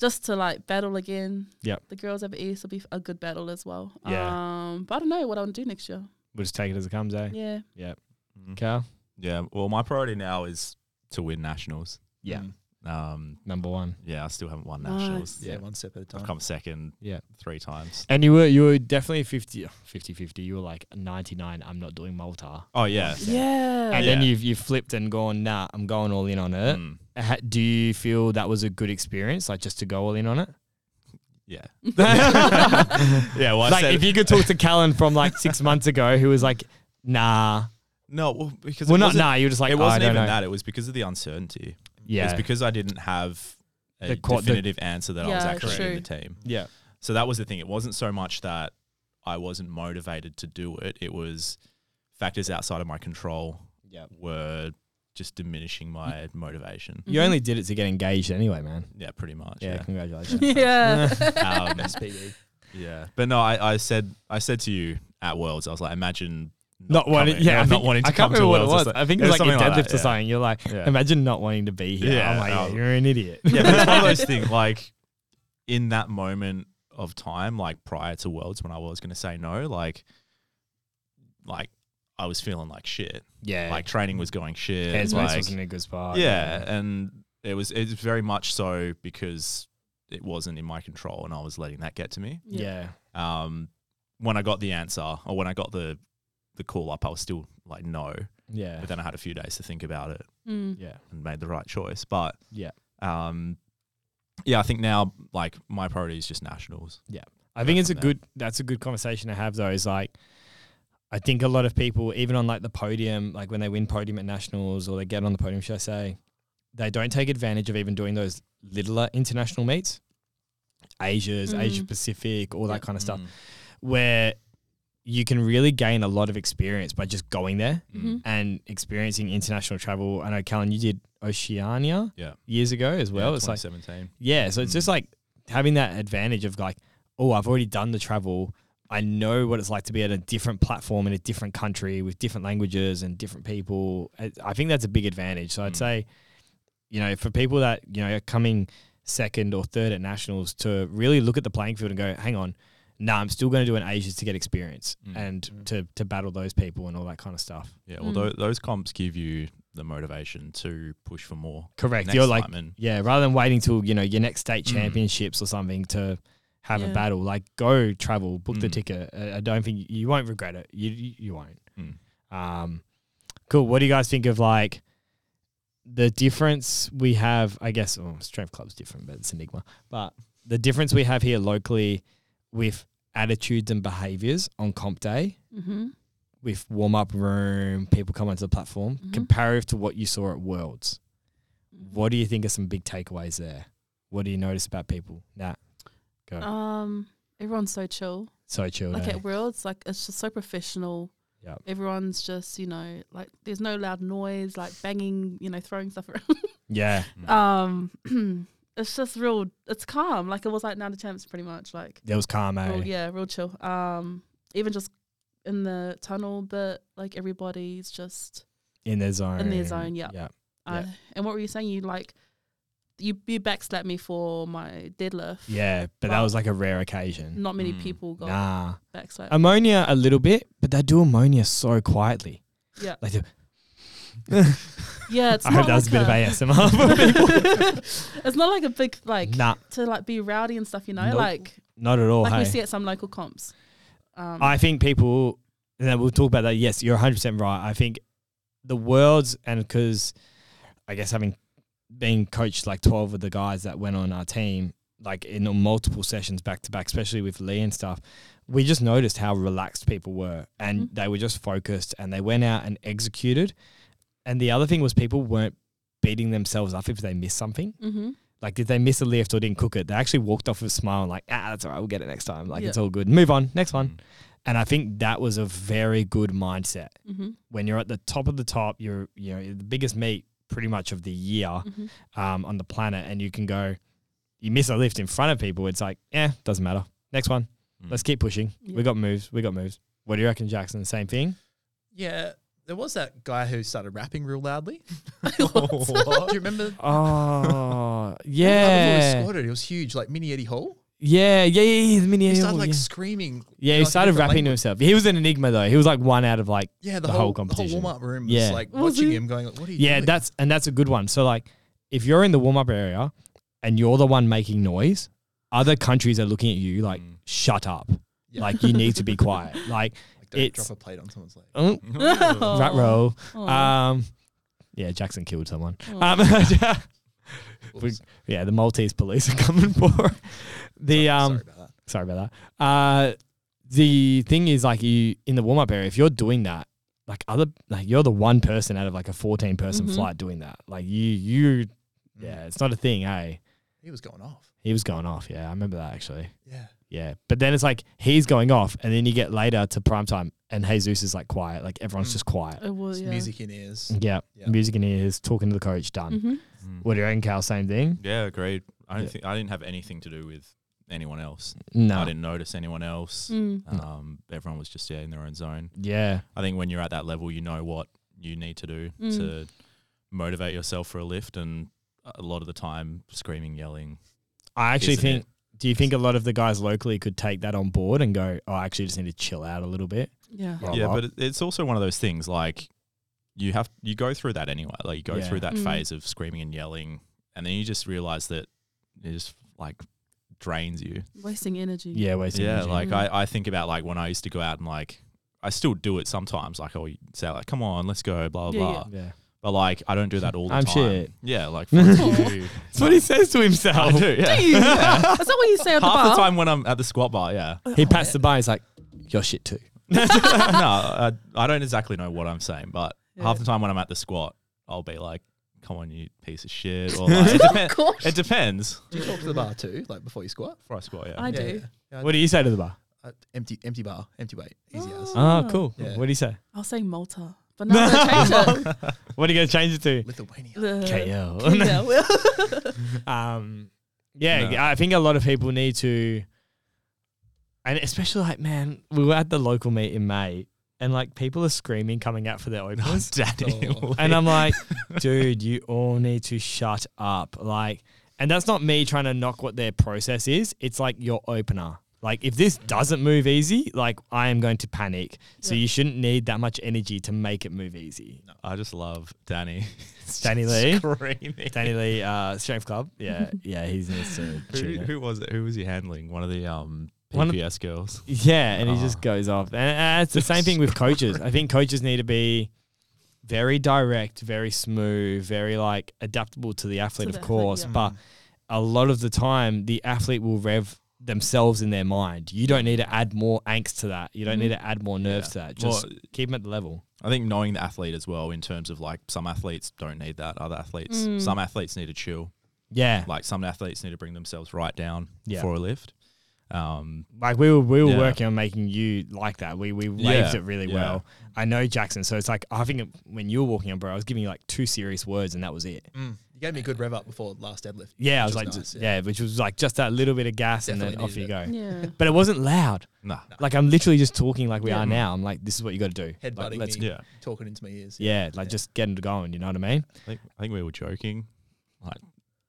just to like battle again.
Yep.
The girls over east will be a good battle as well.
Yeah.
Um but I don't know what I want to do next year.
We'll just take it as it comes, eh?
Yeah.
Mm.
Cal,
Yeah. Well, my priority now is to win nationals.
Yeah.
Mm.
Um,
number one.
yeah, I still haven't won
Nice.
nationals.
Yeah,
Yeah.
one step at a time.
I've come second.
Yeah.
Three times.
And you were you were definitely 50, 50, 50. You were like 99, I'm not doing Malta.
Oh yeah.
Yeah.
And
Yeah.
then you've, you've flipped and gone, nah, I'm going all in on it.
Mm.
Ha- do you feel that was a good experience, like just to go all in on it?
Yeah.
like
Yeah. Well, I said
if you could talk to Callan from like six months ago, who was like, nah.
no. Well, because
Well,
it
not
wasn't,
nah, you were just like,
it
"Oh,
wasn't
I don't
even
know.
that. It was because of the uncertainty.
Yeah.
It's because I didn't have a
The qua- the-
definitive answer that I was
Yeah,
actually in
true.
the team.
yeah.
So that was the thing. It wasn't so much that I wasn't motivated to do it. It was factors outside of my control
Yeah.
were just diminishing my motivation.
You
Mhm.
only did it to get engaged anyway, man.
Yeah, pretty much.
Yeah,
Yeah.
congratulations.
yeah.
Um,
SPE.
yeah. But no, I, I said I said to you at Worlds, I was like, imagine
not wanting,
coming-
yeah, I
not
think-
wanting to
I
come
can't
to
remember what it
Worlds.
was.
It's like-
I think it was like
something
your
like
deadlift
that,
or
yeah.
something. You're like,
Yeah.
imagine not wanting to be here.
Yeah,
I'm like,
no.
you're an idiot.
Yeah, but it's one of those things like in that moment of time, like prior to Worlds when I was gonna say no, like like I was feeling like shit.
yeah,
Like training was going shit.
headspace
like,
wasn't in a good spot.
yeah, and it was it was very much so because it wasn't in my control and I was letting that get to me.
yeah,
Um, when I got the answer or when I got the the call up, I was still like no,
yeah,
but then I had a few days to think about it
Mm.
yeah,
and made the right choice. But
yeah.
um, yeah, I think now like my priority is just nationals.
I think it's a
from there.
good. That's a good conversation to have. Though is like, I think a lot of people, even on like the podium, like when they win podium at nationals or they get on the podium, should I say, they don't take advantage of even doing those littler international meets, Asia's, Asia
Mm.
Pacific, all that
Mm.
Yep.
Mm-hmm.
kind of stuff. where you can really gain a lot of experience by just going there
hmm
and experiencing international travel. I know, Callan, you did Oceania
Yeah.
years ago as well.
yeah,
it's like,
2017.
yeah, so it's just
Mm.
like having that advantage of like, oh, I've already done the travel. I know what it's like to be at a different platform in a different country with different languages and different people. I, I think that's a big advantage. So I'd
Mm.
say, you know, for people that, you know, are coming second or third at nationals to really look at the playing field and go, hang on, no, I'm still going to do an Asians to get experience
Mm.
and
Mm.
to, to battle those people and all that kind of stuff.
Yeah,
Mm.
well, tho- those comps give you the motivation to push for more.
Correct.
next
You're like,
time and
yeah, rather than waiting till you know your next state
Mm.
championships or something to have a
Yeah. battle,
battle, like go travel, book
book
the
the Mm.
ticket. I don't think you won't regret it. You you won't.
Mm.
Um, cool. What do you guys think of like the difference we have? I guess oh, strength club's different, but it's enigma. But the difference we have here locally with attitudes and behaviors on comp day
hmm
with warm up room, people come onto the platform,
Mhm.
comparative to what you saw at Worlds. What do you think are some big takeaways there? What do you notice about people? Nah, go.
Um, everyone's so chill.
so chill.
Like
eh?
at Worlds, like it's just so professional.
Yep.
Everyone's just, you know, like there's no loud noise, like banging, you know, throwing stuff around.
yeah.
Mm.
um, it's just real. It's calm. Like it was like now the champs, pretty much. Like
There was calm, eh?
real, Oh, yeah, real chill. Um, even just in the tunnel, but like everybody's just.
In their zone.
In their zone, yeah.
Yeah.
Uh, And what were you saying? You like, you you backslapped me for my deadlift.
Yeah, but that
Well-
was like a rare occasion.
Not many
Mm.
people got
Nah. Um,
backslapped.
Ammonia a little bit, but they do ammonia so quietly.
Yeah.
Like the-
yeah, it's
I
not
hope that was a
like
bit of ASMR for people.
it's not like a big like
nah,
to like be rowdy and stuff, you know,
Nope.
like
not at all.
like we
hey.
see at some local comps. Um,
I think people, and we'll talk about that. Yes, you're 100% right. I think the world's, and because I guess having been coached like 12 of the guys that went on our team, like in multiple sessions back to back, especially with Lee and stuff, we just noticed how relaxed people were and
Mhm.
they were just focused and they went out and executed. And the other thing was people weren't beating themselves up if they missed something.
mm-hmm.
Like, did they miss a lift or didn't cook it? They actually walked off with a smile and like, ah, that's all right, we'll get it next time. Like,
Yeah.
it's all good. Move on, next one.
Mm.
And I think that was a very good mindset.
Mm-hmm.
When you're at the top of the top, you're you know you're the biggest meet pretty much of the year
Mm-hmm.
um, on the planet, and you can go. You miss a lift in front of people, it's like, yeah, doesn't matter. Next one,
Mm.
let's keep pushing.
Yeah.
We got moves. We got moves. What do you reckon, Jackson? The same thing.
Yeah, there was that guy who started rapping real loudly.
What?
Do you remember?
Oh
He
yeah,
squatted. He was huge, like mini Eddie Hall.
yeah, yeah, yeah. yeah, The mini
He
animal,
started like
yeah.
screaming.
yeah,
in,
he
like, a
started
different
rapping to
language.
himself. He was an enigma though. He was like one out of like
Yeah, the,
the whole
whole, The
competition.
whole warm up room
Yeah.
was like
Was
watching
he-
him, going, like, "What are you
Yeah,
doing?"
that's and that's a good one. So like if you're in the warm up area and you're the one making noise, other countries are looking at you like
Mm.
shut up.
Yeah.
Like you need to be quiet. Like
Like, don't
it's-
drop a plate on someone's leg.
mm,
Oh.
rat roll.
Oh,
Um yeah, Jackson killed someone.
oh.
Um, we-
Oops.
yeah, the Maltese police are coming for her. the
Sorry-
um
sorry about that.
sorry about that. Uh, the thing is, like you in the warm up area, if you're doing that, like other, like you're the one person out of like a fourteen person
Mhm.
flight doing that. Like you, you,
Mm-hmm. Mm.
yeah, it's not a thing, eh?
he was going off.
He was going off. Yeah, I remember that actually.
Yeah,
Yeah, but then it's like he's going off, and then you get later to prime time, and Jesus is like quiet. Like everyone's
Mm.
just quiet.
It was
Just
Oh, yeah.
music in ears.
Yeah,
Yeah.
music in ears, talking to the coach, done.
Mm-hmm.
Mm.
What do you reckon, Cal? Same thing?
Yeah, agreed. I don't
Yeah.
think I didn't have anything to do with anyone else. I
No.
didn't notice anyone else.
Mm.
No.
Um, everyone was just yeah in their own zone.
Yeah,
I think when you're at that level, you know what you need to do
Mm.
to motivate yourself for a lift, and a lot of the time, screaming, yelling.
I actually
isn't
think.
it.
Do you think a lot of the guys locally could take that on board and go, "Oh, I actually just need to chill out a little bit"?
Yeah.
Roll
yeah,
up.
but it- it's also one of those things like you have you go through that anyway. Like you go
Yeah.
through that
Mm.
phase of screaming and yelling, and then you just realize that it just like drains you.
Wasting energy.
Yeah, wasting
yeah,
energy.
like
Mm.
I, I think about like when I used to go out and like I still do it sometimes. Like I'll say like, "Come on, let's go," blah blah
Yeah,
blah.
yeah.
But like I don't do that all the
I'm
time.
shit.
Yeah, like fuck you.
That's what he says to
I
himself.
do. Yeah.
Do you? That's not what you say at the bar.
Half the time when I'm at the squat bar, yeah.
He passed the by. He's like, "You're shit too."
no, I, I don't exactly know what I'm saying, but half
Yeah.
the time when I'm at the squat, I'll be like, "Come on, you piece of shit," or like, it, depen-
Gosh.
it depends.
Do you talk to the bar too, like before you squat?
Before I squat, yeah.
I
yeah,
do.
yeah.
What do you say to the bar?
uh, empty empty bar, empty weight, easy
Oh.
as.
Ah, cool.
Yeah.
What do you say?
I was saying Malta, but now I'm going to change
What are you going to change it to?
Lithuania.
it.
KL.
KL.
um, yeah,
No.
I think a lot of people need to, and especially like, man, we were at the local meet in May, and like people are screaming coming out for their openers,
Oh.
and I'm like, dude, you all need to shut up, like, and that's not me trying to knock what their process is. It's like your opener. Like if this doesn't move easy, like I am going to panic. So
Yeah.
you shouldn't need that much energy to make it move easy.
I just love Danny.
Danny Lee.
Screaming.
Danny Lee, uh, Strength Club. Yeah, yeah, he's needs to
Who,
tune it.
who was it? Who was he handling? One of the um
One of-
PPS girls.
Yeah,
Ah.
and he
Oh.
just goes off. And, and it's the same thing with coaches. I think coaches need to be very direct, very smooth, very like adaptable to the athlete,
the
of
athlete,
course.
yeah.
Mm.
But a lot of the time, the athlete will rev themselves in their mind. You don't need to add more angst to that. You don't need
Mhm.
to add more nerves
Mm-hmm. Yeah.
to that. Just
Well,
keep them at the level.
I think knowing the athlete as well, in terms of like some athletes don't need that. Other athletes,
Mm.
some athletes need to chill.
Yeah,
Like some athletes need to bring themselves right down
Yeah.
for a lift. Um,
like we were we were
Yeah.
working on making you like that. We we
Yeah,
raved it really
yeah.
well. I know Jackson, so it's like I think when you were walking on, bro, I was giving you like two serious words, and that was it.
Mm. You gave me a good rev up before last deadlift.
Yeah, I
Which
was like,
was nice,
yeah.
yeah.
which was like just that little bit of gas, and then
Definitely
off you
needed
go.
Yeah.
But it wasn't loud.
nah.
Like I'm literally just talking like we
Yeah.
are now. I'm like, this is what you got to do.
Headbutting
like,
me.
Yeah.
Talking into my ears.
yeah, like just getting it going. You know what I mean?
I think, I think we were joking,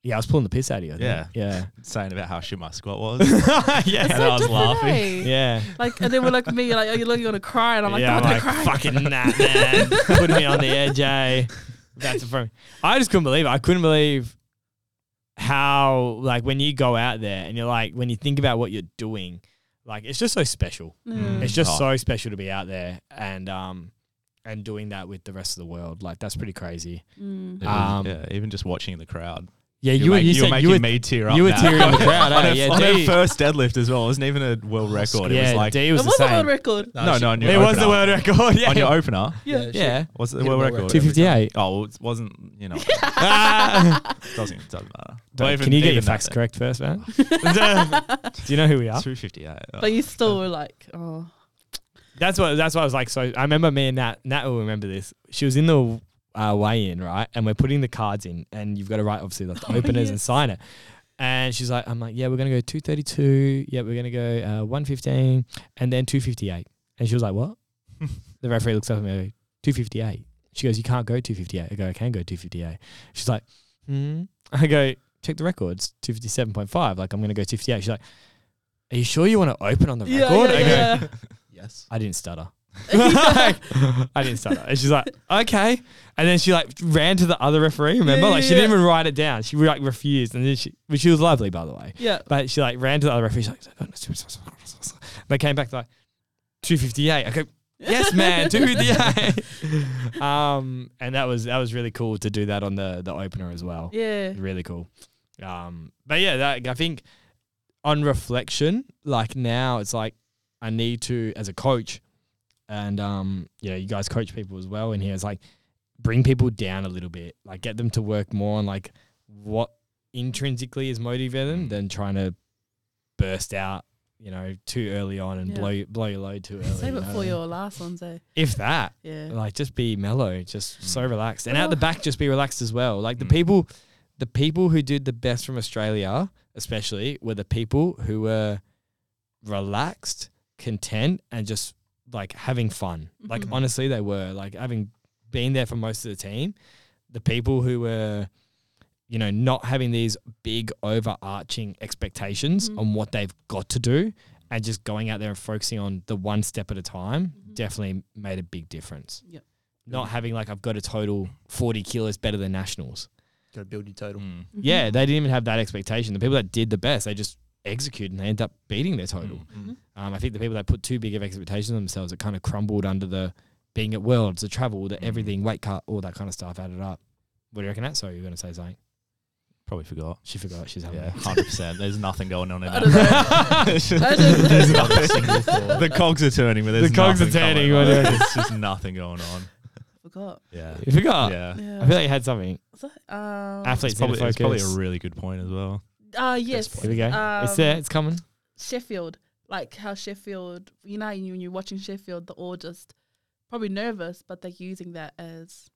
Yeah, I was pulling the piss out of you. I think.
Yeah.
yeah,
saying about how shit my squat was.
yeah.
It's
and
so
I was
different,
laughing.
eh?
Yeah,
Like, and then we're like me, like, are you looking gonna cry? And I'm like,
yeah.
yeah,
I'm
God,
like,
they're crying.
fucking that man, put me on the edge, eh? That's a problem. I just couldn't believe. It. I couldn't believe how like when you go out there and you're like when you think about what you're doing, like it's just so special.
Mm.
It's just
Oh.
so special to be out there and um and doing that with the rest of the world. Like that's pretty crazy.
Mm.
It was-
Um,
yeah, even just watching the crowd.
Yeah,
You're
you were
make-
you,
you're
said
making
you were
me tear up.
you were
now.
tearing the crowd,
on
eh?
a,
Yeah,
on
D.
a first deadlift as well. It wasn't even a world record. It
yeah,
was like
D
It
was
was
the
a world
same.
record.
no, no, on your
It was the
opener.
world record. Yeah,
on your opener.
Yeah.
she-
yeah,
What's the
Hit a
world
world
record?
two fifty eight.
Oh, well, it wasn't. You know, doesn't doesn't matter. Don't even-
Can you get your
even that
facts
then.
correct first, man? Do you know who we are?
Two fifty eight.
But you still were like, oh,
That's what. That's what I was like. So I remember me and Nat. Nat will remember this. She was in the uh, weigh-in, right? And we're putting the cards in, and you've got to write obviously like the
Oh,
openers
yes.
and sign it. And she's like, I'm like, yeah, we're gonna go 232. Yeah, we're gonna go uh, 115, and then 258. And she was like, what? the referee looks up at me, 258. She goes, you can't go 258. I go, I can go 258. She's like, hmm. I go, check the records, 257.5. Like I'm gonna go 258. She's like, are you sure you want to open on the
yeah,
record?
yeah,
I go,
yeah.
Yes.
I didn't stutter. Like, I didn't stutter. And she's like, okay. And then she like ran to the other referee, remember?
yeah,
like she didn't
yeah.
even write it down. She like refused. And then she, but she was lovely, by the way.
yeah.
But she like ran to the other referee. She's like, "Oh, no, it's- it's- it's- it's- it's- it's-" they came back like, 258. I go, yes, man, 258. um, and that was, that was really cool to do that on the, the opener as well
Yeah.
really cool. Um, but yeah, that, I think on reflection, like now it's like I need to as a coach, and um, you know, you guys coach people as well in here. It's like bring people down a little bit, like get them to work more on like what intrinsically is motivating them than trying to burst out. You know, too early on and
Yeah.
blow blow your load too early.
Save
you know
it for
what I mean?
your last ones, eh?
if that
Yeah.
like just be mellow just so relaxed and out the
Oh.
back just be relaxed as well like the
Mm.
people the people who did the best from australia especially were the people who were relaxed content and just like having fun like
Mhm.
honestly they were like having been there for most of the team the people who were you know not having these big overarching expectations
Mhm.
on what they've got to do and just going out there and focusing on the one step at a time
Mhm.
definitely made a big difference.
Yep.
Not having like I've got a total 40 kilos better than nationals.
Got to build your total.
Mm.
Mm-hmm.
Yeah, they didn't even have that expectation. The people that did the best, they just executed and they ended up beating their
Mm.
total.
Mhm.
Um, I think the people that put too big of expectations on themselves, it kind of crumbled under the being at worlds, the travel, the
Mm.
everything, weight cut, all that kind of stuff added up. What do you reckon that? Sorry, you were going to say something.
Probably forgot.
She forgot she's having
Yeah, hundred percent. There's nothing going on in
I
that.
don't know.
It's just-
I don't know.
there's not a single thought. The cogs are turning, but there's
The cogs are
nothing going
turning,
on.
what do you reckon?
There's just nothing going on.
Forgot.
Yeah,
You forgot.
yeah.
I
Yeah.
feel like you had something.
So, um,
Athlete-
It's probably, it's probably a
focus.
really good point as well.
Ah, yes.
Here we go. it's
um,
there. It's coming.
Sheffield. like how Sheffield, you know, when you're watching Sheffield, they're all just probably nervous, but they're using that as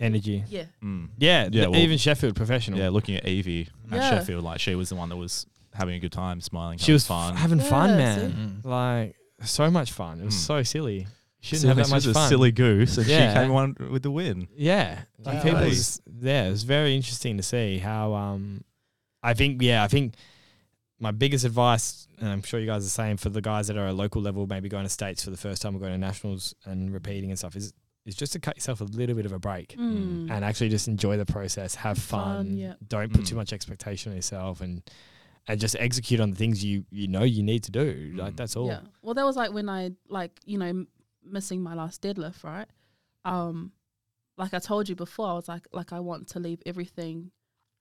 Energy.
yeah,
Mm.
Yeah, th-
Yeah, well-
even Sheffield professional.
Yeah, looking at Evie at
Yeah.
Sheffield, like she was the one that was having a good time, smiling.
she was f-
fun.
having fun,
Yeah,
man.
Mm.
Like so much fun. It was
Mm.
so silly. She didn't
Silly-
have that
she
much
was
fun.
a silly goose, and
Yeah.
she came on with the win.
Yeah, like
Yeah.
people.
Nice.
Was, yeah, it was very interesting to see how. Um, I think yeah, I think my biggest advice, and I'm sure you guys are the same for the guys that are at a local level, maybe going to states for the first time or going to nationals and repeating and stuff, is is just to cut yourself a little bit of a break
Mm.
and actually just enjoy the process, have fun.
Fun, yeah.
Don't put
Mm.
too much expectation on yourself and and just execute on the things you you know you need to do. Like
Mm.
that's all.
yeah. Well, that was like when I like you know m- missing my last deadlift, right? Um, like I told you before, I was like like I want to leave everything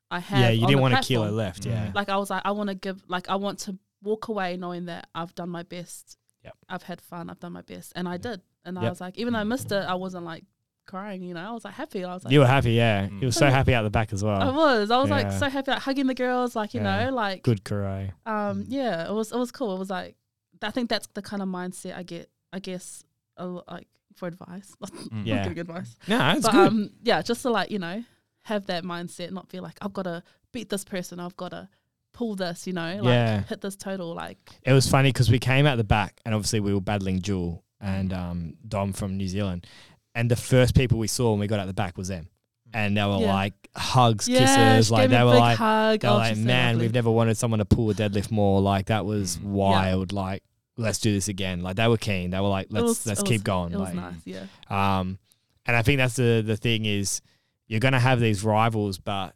I have.
Yeah, you
on
didn't
the
want a
platform.
kilo left. Yeah.
Mm.
Like I was like I want to give like I want to walk away knowing that I've done my best.
Yep.
I've had fun. I've done my best, and I
Yeah.
did. And I
Yep.
was like, even though I missed it, I wasn't like crying. You know, I was like happy. I was like,
You were happy, yeah.
Mm.
You were so
Oh, yeah.
happy out the back as well.
I was. I was like
Yeah.
so happy, like hugging the girls, like you
Yeah.
know, like
Good career.
um,
Mm.
yeah, it was it was cool. It was like I think that's the kind of mindset I get. I guess a lo- like for advice, not
Yeah.
giving advice,
No, it's
but
good.
um, yeah, just to like you know have that mindset, not feel like I've got to beat this person, I've got to pull this, you know, like
Yeah.
hit this total, like
It was funny because we came out the back, and obviously we were battling Jewel and
Mm.
um, Dom from New Zealand, and the first people we saw when we got out the back was them,
Mm.
and they were
Yeah.
like hugs,
yeah,
kisses,
she
like
gave me
they
a
were
big
like,
hug.
they
Oh,
were like,
she's so
man,
lovely.
we've never wanted someone to pull a deadlift more. Like that was
Mm. Yeah.
wild. Like let's do this again. Like they were keen. They were like, let's
was-
let's
it
keep
was-
going.
it was
like,
nice, yeah,
um, and I think that's the the thing is you're gonna have these rivals, but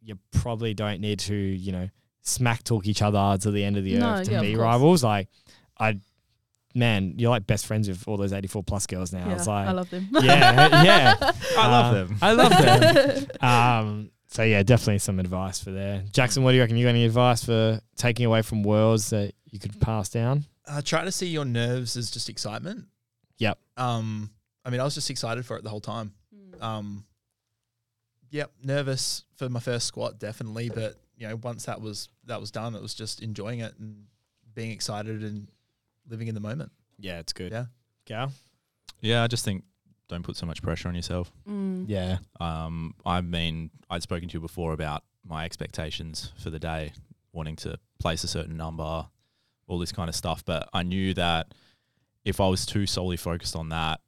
you probably don't need to, you know, smack talk each other to the end of the
No,
earth to
yeah, of
be
course.
rivals. Like, I, man, you're like best friends with all those 84 plus girls now.
yeah.
It's
I
like,
love them.
yeah, yeah,
I love
Uh,
them.
I love them. um, so yeah, definitely some advice for there. Jackson, what do you reckon? You got any advice for taking away from worlds that you could pass down?
uh, try to see your nerves as just excitement.
Yep.
Um, I mean, I was just excited for it the whole time. Um, yep, nervous for my first squat, definitely. But you know, once that was that was done, it was just enjoying it and being excited and living in the moment.
Yeah, it's good.
Yeah.
Gal?
Yeah, I just think don't put so much pressure on yourself.
Mm.
Yeah.
Um, I mean, I'd spoken to you before about my expectations for the day, wanting to place a certain number, all this kind of stuff. But I knew that if I was too solely focused on that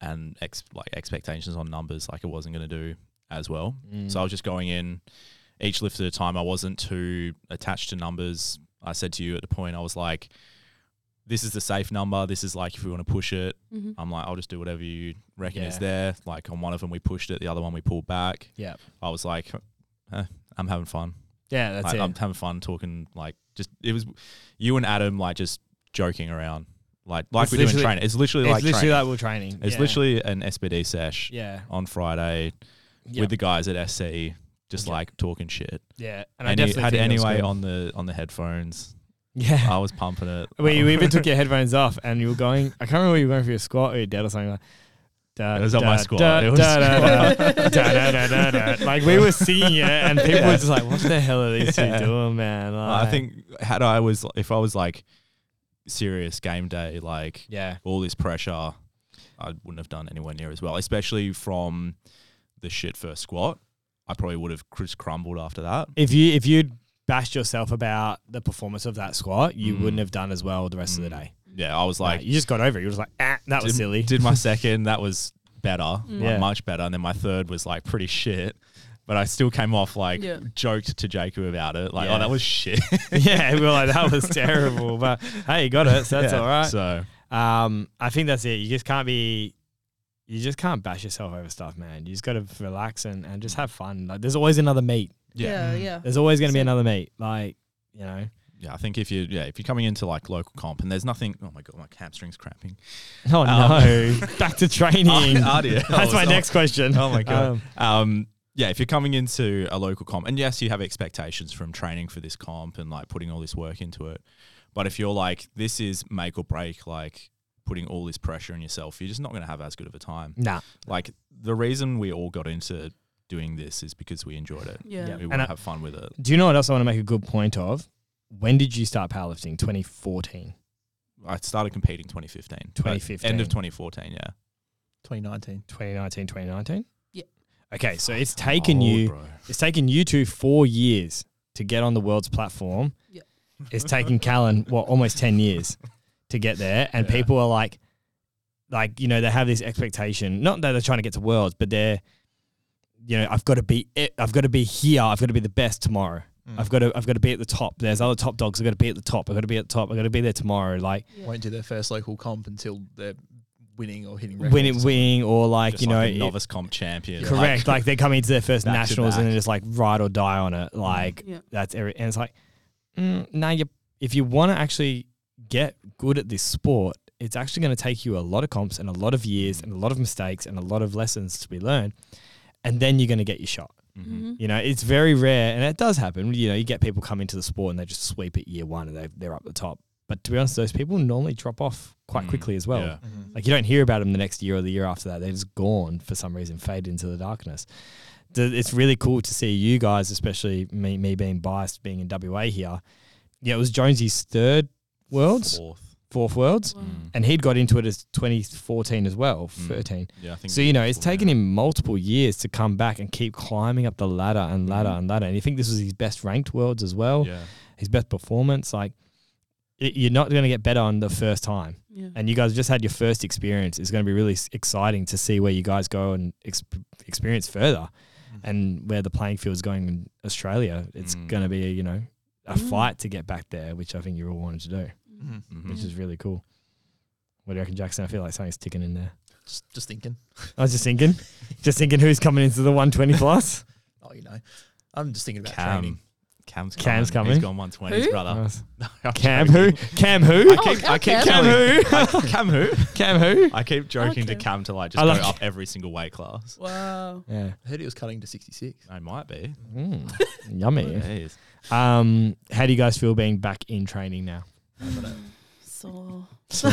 and ex- like expectations on numbers, like it wasn't going to do as well.
Mm.
So I was just going in each lift at a time. I wasn't too attached to numbers. I said to you at the point, I was like, this is the safe number. This is like if we want to push it.
Mhm.
I'm like, I'll just do whatever you reckon is
Yeah.
there. Like on one of them, we pushed it. The other one, we pulled back.
Yeah.
I was like, eh, I'm having fun.
yeah, that's
Like,
it.
I'm having fun talking. Like just it was you and Adam like just joking around. Like like
It's
we do in
literally-
training. It's literally
it's
like
literally
training.
like we're training.
it's
Yeah.
literally an SPD sesh
yeah.
on Friday
Yeah.
with the guys at SC, just
Yeah.
like talking shit.
Yeah, and
And
I
I
definitely
had
think that was
anyway
good.
on uh, the on the headphones.
Yeah,
I was pumping it.
we, we even took your headphones off, and you were going. I can't remember where you were going for your squat or your dead or something. Like, da,
It was on my squat. It was-
da, da, da, da, da, da, da, da. Like we were singing it, and people were just like, "What the hell are these
Yeah.
two doing, man?"
I
Like,
think had I was if I was like serious game day, like
yeah,
all this pressure, I wouldn't have done anywhere near as well. Especially from the shit first squat, I probably would have just crumbled after that.
if you if you'd bashed yourself about the performance of that squat, you
Mm.
wouldn't have done as well the rest of the
Mm.
day.
Yeah, I was
Like
like,
you just got over it. You were just like, "Ah, that was
did,
silly."
did my second, that was better,
Mm.
like
Yeah.
much better, and then my third was like pretty shit. But I still came off like
Yeah.
joked to Jacob about it, like,
Yeah.
oh, that was shit.
yeah, we were like, "That was terrible," but hey, you got it. So that's
Yeah,
all right.
So
Um, I think that's it. You just can't be, you just can't bash yourself over stuff, man. You just got to relax and, and just have fun. Like, there's always another meet.
Yeah, yeah.
There's always going to be
So-
another meet. Like, you know,
Yeah, I think if you yeah if you're coming into like local comp and there's nothing. Oh my god, my hamstrings cramping.
oh
Um,
no, back to training.
Oh, RDLs.
that's my
Oh,
next question.
Oh my god.
Um,
Um, yeah, if you're coming into a local comp, and yes, you have expectations from training for this comp and like putting all this work into it, but if you're like this is make or break, like putting all this pressure on yourself, you're just not going to have as good of a time.
nah,
Like the reason we all got into doing this is because we enjoyed it.
Yeah.
Yeah.
we
And
want to
I-
have fun with it.
do you know what else I want to make a good point of? When did you start powerlifting? 2014.
I started competing 2015. but
2015.
End of 2014, yeah.
2019.
2019, 2019?
Yeah.
Okay, so it's taken
Old,
you
Oh, bro.
it's taken you two four years to get on the world's platform.
Yeah.
It's taken Callan what almost ten years to get there, and
Yeah.
people are like, like you know, they have this expectation. Not that they're trying to get to worlds, but they're, you know, I've got to be it. I've got to be here. I've got to be the best tomorrow.
Hmm.
I've got to I've got to be at the top. There's other top dogs. I've got to be at the top. I've got to be at the top. I've got to be there tomorrow. Like
Won't do their first local comp until they're winning or hitting records.
win it, wing or like
Just
you know,
like a
it-
novice comp champion. like-
correct. Like, they're coming to their first
Back to
nationals and
back.
they're just like ride or die on
Mm.
it. Like
Yeah.
that's every and it's like mm, now you if you want to actually get good at this sport it's actually going to take you a lot of comps and a lot of years and a lot of mistakes and a lot of lessons to be learned and then you're going to get your shot
Mm-hmm.
Mhm.
Mm-hmm. you know it's very rare and it does happen you know you get people come into the sport and they just sweep it year one and they, they're up the top but to be honest those people normally drop off quite
Mm,
quickly as well
yeah.
Mm-hmm.
Mhm.
like you don't hear about them the next year or the year after that. They're just gone for some reason, fade into the darkness. Th- It's really cool to see you guys, especially me, me being biased, being in WA here. Yeah, it was Jonesy's third worlds, Eh,
Fourth.
fourth worlds,
Wow.
Mm.
and he'd got into it as 2014 as well,
Mm.
13.
Yeah, I think.
So you know, it's
fourth, yeah.
taken him multiple years to come back and keep climbing up the ladder and ladder and ladder. And you think this was his best ranked worlds as well,
Hmm. Yeah.
his best performance. Like, it, you're not going to get better on the first time
Yeah.
and you guys just had your first experience. It's going to be really s- exciting to see where you guys go and ex- experience further,
Mhm.
and where the playing field is going in Australia. It's
Mm.
going to be you know a
Mm.
fight to get back there, which I think you all wanted to do,
Mhm.
Mhm.
which is really cool. What do you reckon, Jackson? I feel like something's ticking in there.
Just, just thinking.
I was just thinking, just thinking who's coming into the 120 plus.
Oh, you know. I'm just thinking about training.
Cam. Cam's coming.
Cam's coming.
He's gone 120s,
Who?
brother.
Nice.
I'm
Cam who?
joking.
Cam who?
Oh,
I keep, I keep
Cam.
Cam
telling-
who?
I- Cam who?
Cam who?
I keep joking to
Okay.
Cam to like just
I
go
like-
up every single weight class.
Wow.
Yeah.
I heard he was cutting to 66.
I might be.
Mm. Yummy.
Jeez.
Um, how do you guys feel being back in training now?
So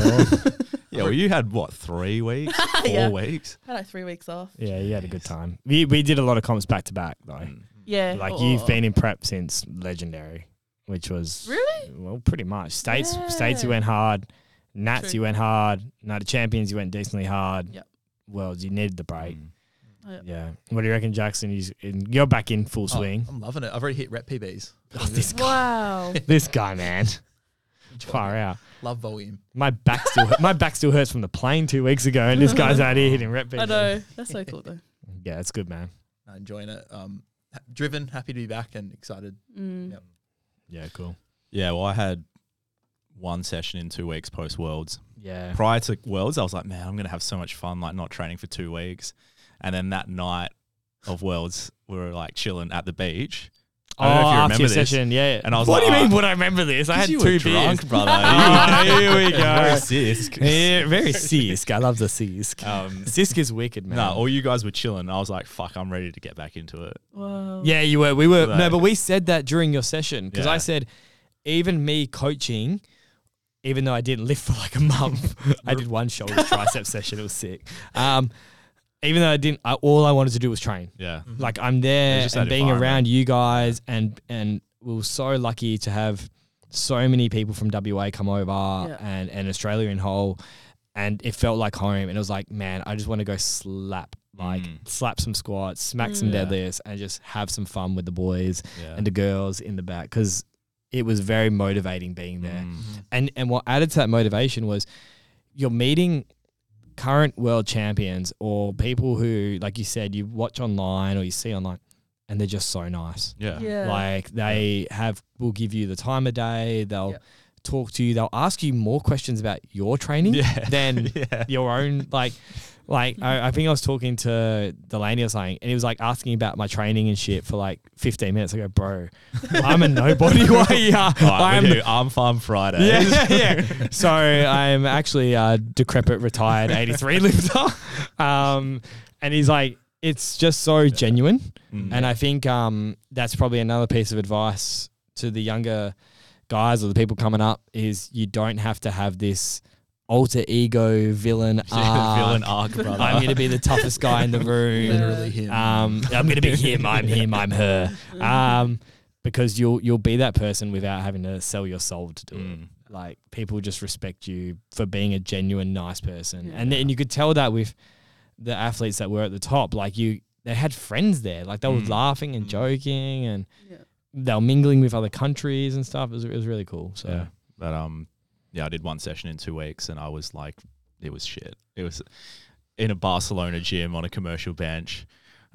Yeah, well, you had what three weeks, four
Yeah.
weeks.
I had like three weeks off.
Yeah, you had a good
Jeez.
time. We we did a lot of comps back to back though.
Mm.
Yeah.
Like
Oh.
you've been in prep since legendary, which was
Really?
well pretty much states states you
Yeah.
went hard, Nats
True.
you went hard, Night of Champions you went decently hard.
Yep.
Worlds you needed the break.
Mm.
Yep.
Yeah. What do you reckon, Jackson? You's in, you're back in full
Oh,
swing.
I'm loving it. I've already hit rep PBs.
Oh, this guy,
Wow.
this guy, man,
Enjoy
far
it.
out.
Love volume.
My back still hurt- my back still hurts from the plane two weeks ago, and this guy's out here hitting rep.
I
beats.
know. That's so cool though.
Yeah, it's good, man.
No, enjoying it. Um, ha- driven, happy to be back and excited.
Mm.
Yep.
Yeah, cool.
Yeah, well, I had one session in two weeks post Worlds.
Yeah.
Prior to Worlds, I was like, man, I'm gonna have so much fun, like not training for two weeks. And then that night of Worlds, we were like chilling at the beach. I don't know if you remember
Oh, after your
this.
session, yeah. yeah.
And I was
what
like,
do you mean?
ah,
Would I remember this? I
'Cause
had
you
two
were drunk,
beers.
brother.
Ah, here we go.
Very serious.
yeah, very sisk. I love the sisk.
Um,
Sisk is wicked, man.
no, all you guys were chilling. I was like, fuck, I'm ready to get back into it.
Wow.
yeah, you were. We were. no,
Like-
but we said that during your session because I
Yeah.
said, even me coaching, even though I didn't lift for like a month, I did one shoulder tricep session. It was sick. Um, even though I didn't, I, all I wanted to do was train.
Yeah.
Like I'm
It
there
was just
and
that
being
environment.
around you guys, and and we were so lucky to have so many people from WA come over
Yeah.
and and Australia in whole, and it felt like home. And it was like, man, I just want to go slap. Like
Mm.
slap some squats, smack some
Mm.
Yeah.
deadlifts, and just have some fun with the boys
Yeah.
and the girls in the back because it was very motivating being there
Mm.
Mm-hmm.
and and what added to that motivation was you're meeting current world champions or people who like you said you watch online or you see online and they're just so nice
Yeah.
Yeah.
like they have will give you the time of day they'll
Yeah.
talk to you they'll ask you more questions about your training
Yeah.
than
yeah.
your own like like I, I think I was talking to Delaney or something and he was like asking about my training and shit for like 15 minutes I go bro I'm a nobody why yeah
All right,
I'm
we do Arm Farm Friday.
yeah, yeah. So I'm actually a decrepit, retired 83 lifter. Um, and he's like, it's just so genuine.
Mm.
And I think um, that's probably another piece of advice to the younger guys or the people coming up is you don't have to have this alter ego villain.
Yeah,
arc.
villain arc, brother.
I'm going to be the toughest guy in the room.
Literally him.
Um, I'm gonna be him. I'm him. I'm her. Um, because you'll you'll be that person without having to sell your soul to do it,
Mm.
like people just respect you for being a genuine nice person. And
Yeah.
then you could tell that with the athletes that were at the top, like you they had friends there. Like they were
Mm.
laughing and
Mm.
joking and
Yeah.
they were mingling with other countries and stuff. It was, it was really cool. So
Yeah. But um, yeah, I did one session in two weeks, and I was like, it was shit. It was in a Barcelona gym on a commercial bench,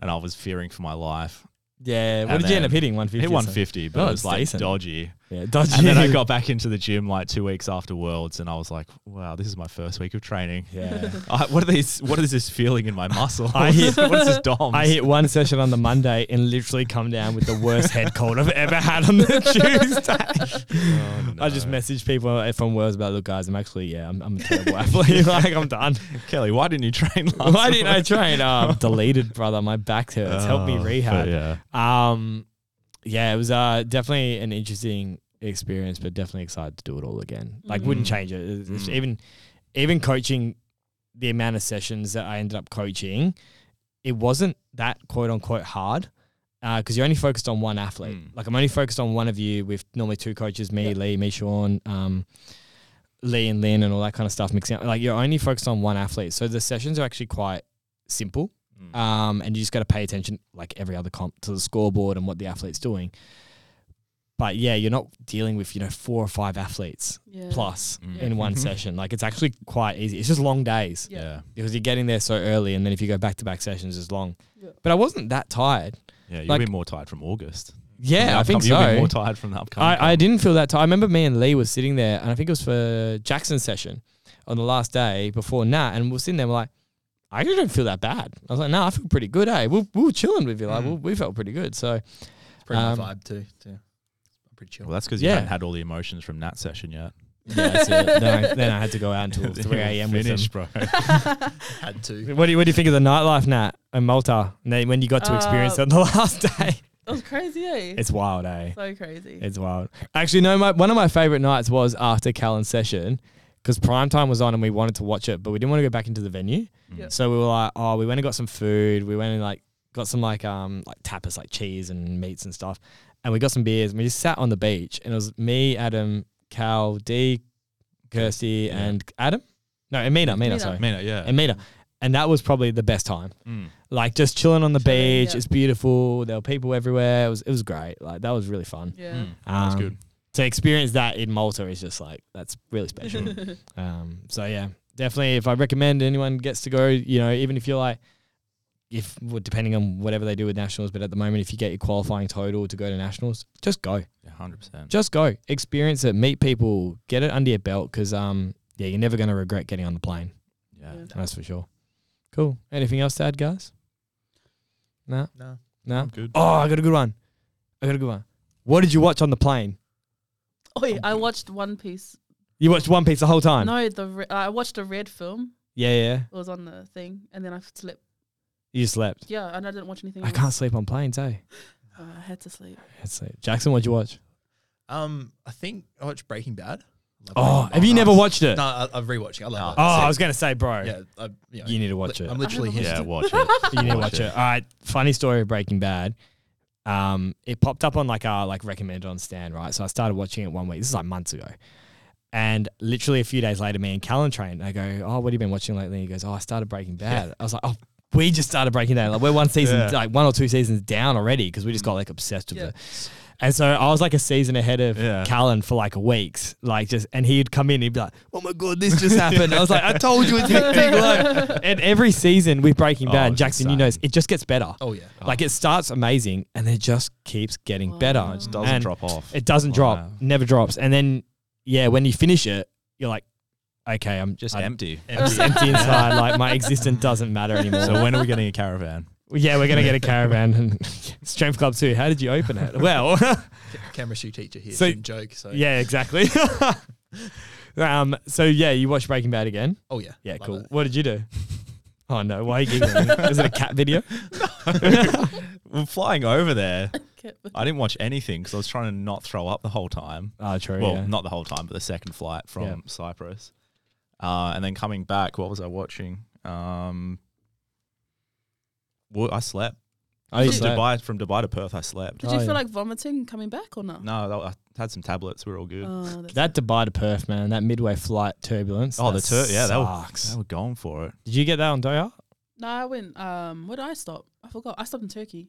and I was fearing for my life.
yeah. What
And
did you end
then
up hitting? One fifty.
Hit 150, but
Oh,
it was
it's
like
decent.
dodgy.
Yeah. Dodgy.
And then I got back into the gym like two weeks after Worlds, and I was like, wow, this is my first week of training.
Yeah.
I, what are these? What is this feeling in my muscle?
I hit-
what is this DOMS?
I hit one session on the Monday and literally come down with the worst head cold I've ever had on the Tuesday.
Oh,
I just
no.
messaged people from Worlds about, look, guys, I'm actually, yeah, I'm, I'm a terrible athlete. like, I'm done.
Kelly, why didn't you train last
Why didn't I
week?
train? Oh, I'm deleted, brother. My back hurts. Help me
Oh, but
rehab.
Yeah.
Um, yeah, it was uh, definitely an interesting experience, but definitely excited to do it all again. Like, wouldn't
Mm.
change it. It's- it's
Mm.
Even, even coaching, the amount of sessions that I ended up coaching, it wasn't that quote unquote hard. Because you're only focused on one athlete.
Mm.
Like I'm only focused on one of you with normally two coaches, me,
Yeah.
Lee, me, Sean, um, Lee and Lynn, and all that kind of stuff mixing up. Like you're only focused on one athlete, so the sessions are actually quite simple um, and you just got to pay attention, like every other comp, to the scoreboard and what the athlete's doing. But yeah, you're not dealing with you know four or five athletes
Yeah.
plus
Mm.
in one
Mhm.
session. Like it's actually quite easy. It's just long days
Yeah.
Yeah.
because you're getting there so early, and then if you go back to back sessions, it's long.
Yeah.
But I wasn't that tired.
Yeah, you'll
Like-
be more tired from August.
Yeah, I think
You'll be
so.
more tired from the upcoming.
I, I didn't feel that tired. I remember me and Lee was sitting there, and I think it was for Jackson's session on the last day before Nat, and we were sitting there, we're like, I actually don't feel that bad. I was like, no, I feel pretty good, eh? We, we were chilling with you, like,
Mm.
we, we felt pretty good. So
It's pretty
Um,
my vibe too. too. I'm pretty chill.
Well, that's because
Yeah.
you haven't had all the emotions from that session yet.
Yeah, that's it. Then I, then I had to go out until 3 a.m. with them.
Finished, bro. Mm.
Had to.
What do, you, what do you think of the nightlife, Nat, in Malta? And then when you got to experience it
Uh,
on the last day,
It was crazy, eh?
it's wild, eh?
so crazy.
It's wild. Actually, no, my, one of my favorite nights was after Callan's session because prime time was on and we wanted to watch it, but we didn't want to go back into the venue.
Yeah.
So we were like, oh, we went and got some food. We went and like got some like um like tapas, like cheese and meats and stuff, and we got some beers. and We just sat on the beach, and it was me, Adam, Cal, D, Kirsty,
Yeah.
and Adam. No, Amina, Amina,
Amina.
sorry,
I mean, uh, yeah.
Amina. And that was probably the best time.
Mm.
Like just chilling on the
Chilling,
beach.
yeah.
It's beautiful. There were people everywhere. It was it was great. Like that was really fun.
yeah.
Mm. That's
Um,
good.
To experience that in Malta is just like that's really special.
Oh,
Um, so yeah, definitely. If I recommend anyone gets to go, you know, even if you're like, if well, depending on whatever they do with nationals, but at the moment, if you get your qualifying total to go to nationals, just go,
Yeah, 100%.
just go, experience it, meet people, get it under your belt, because um, yeah, you're never gonna regret getting on the plane.
yeah.
Yeah.
That's for sure. Cool. Anything else to add, guys? No,
No.
no.
I'm good.
Oh, I got a good one. I got a good one. What did you watch on the plane?
Oi, I watched One Piece.
You watched One Piece the whole time.
No, the re- I watched a red film.
Yeah, yeah.
It was on the thing, and then I slipped.
You slept.
Yeah, and I didn't watch anything.
I
else.
can't sleep on planes, eh?
Oh, I had to sleep.
That's it. Jackson, what'd you watch?
Um, I think I watched Breaking Bad. Love
Oh,
Breaking
have you
Bad.
never watched it?
No, I, I'm rewatching. I love
Oh, I
it.
was going to say, bro,
yeah, I, you, know,
you need to watch
li-
it.
I'm literally here.
Yeah, watch it.
you need to
watch
watch
it.
it. All right. Funny story of Breaking Bad. Um, it popped up on like our like recommended on Stan, right? So I started watching it one week. This is like months ago. And literally a few days later, me and Callan trained. I go, Oh, what have you been watching lately? He goes, Oh, I started Breaking Bad. I was like, Oh, we just started Breaking Bad. Like we're one season,
Yeah.
like one or two seasons down already because we just got like obsessed with
Yeah.
it. And so I was like a season ahead of
Yeah.
Callan for like weeks, like just, and he'd come in, he'd be like, "Oh my god, this just happened." I was like, "I told you it's hectic." Like, and every season with Breaking
Oh,
Bad,
it's
Jackson, you
insane.
knows it just gets better.
Oh yeah.
Like it starts amazing, and it just keeps getting better.
Wow.
It doesn't
And
drop off.
It doesn't
Oh,
drop,
no.
never drops. And then, yeah, when you finish it, you're like, "Okay, I'm
just
I'm
empty.
just empty inside. Like my existence doesn't matter anymore."
So when are we getting a caravan?
yeah, we're gonna get a caravan and strength club too. How did you open it? Well.
Ca- Camera shoe teacher here.
So-
didn't joke. So
Yeah, exactly. um, so yeah, you watched Breaking Bad again.
Oh yeah.
Yeah,
Love
cool.
it.
What did you do? Oh no, why are you giggling? Is it a cat video?
We're flying over there.
Kept-
I didn't watch anything because I was trying to not throw up the whole time.
Oh, true.
Well,
yeah.
not the whole time, but the second flight from
Yeah.
Cyprus. Uh, and then coming back, what was I watching? Um, well, I slept.
I
From
used to
Dubai, from Dubai to Perth, I slept.
Did
Oh,
you feel
yeah.
like vomiting coming back or not?
No, that, I had some tablets. We were all good.
Oh, that's
that Dubai to Perth, man. That midway flight turbulence.
Oh,
that
the tur- yeah, that was-
sucks.
They were going for it.
Did you get that on Doha?
no, I went. Um, where did I stop? I forgot. I stopped in Turkey.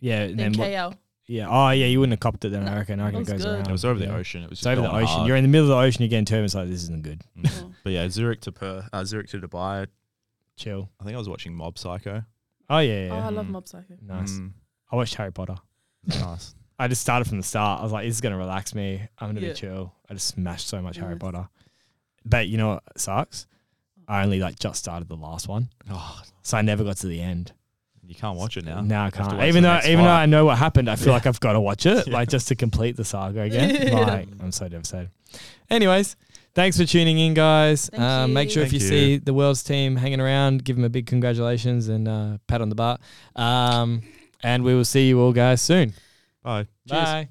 Yeah, and
Then
then what-
KL.
yeah. Oh, yeah, you wouldn't have copped it then. I
No,
reckon. I reckon
it
it
was
goes
good.
around.
It was over the
Oh, yeah.
ocean. It was
It's
just
over the
going
ocean.
hard. Mm.
You're in the middle of the ocean. You're getting turbulence. Like this isn't good.
Oh.
but yeah, Zurich to per- uh, Zurich to Dubai.
Chill.
I think I was watching Mob Psycho.
Oh yeah, yeah.
Oh, I love
Mm.
Mob Psycho.
nice.
Mm,
I watched Harry Potter.
nice.
I just started from the start. I was like, this is gonna relax me. I'm gonna
Yeah.
be chill. I just smashed so much Harry
Nice.
Potter. But you know what sucks? I only like just started the last one,
Oh,
so I never got to the end.
you can't watch it now.
No, I
Have to wait
can't.
till
Even
the
though,
next
even though
fight.
I know what happened, I feel
Yeah.
like I've got to watch it,
Yeah.
like just to complete the saga again.
Yeah.
Like, I'm so devastated. Anyways, thanks for tuning in, guys.
Thank
Uh, make sure if you,
Thank you.
see the world's team hanging around, give them a big congratulations and uh, pat on the butt. Um, and we will see you all guys soon.
Bye.
Bye.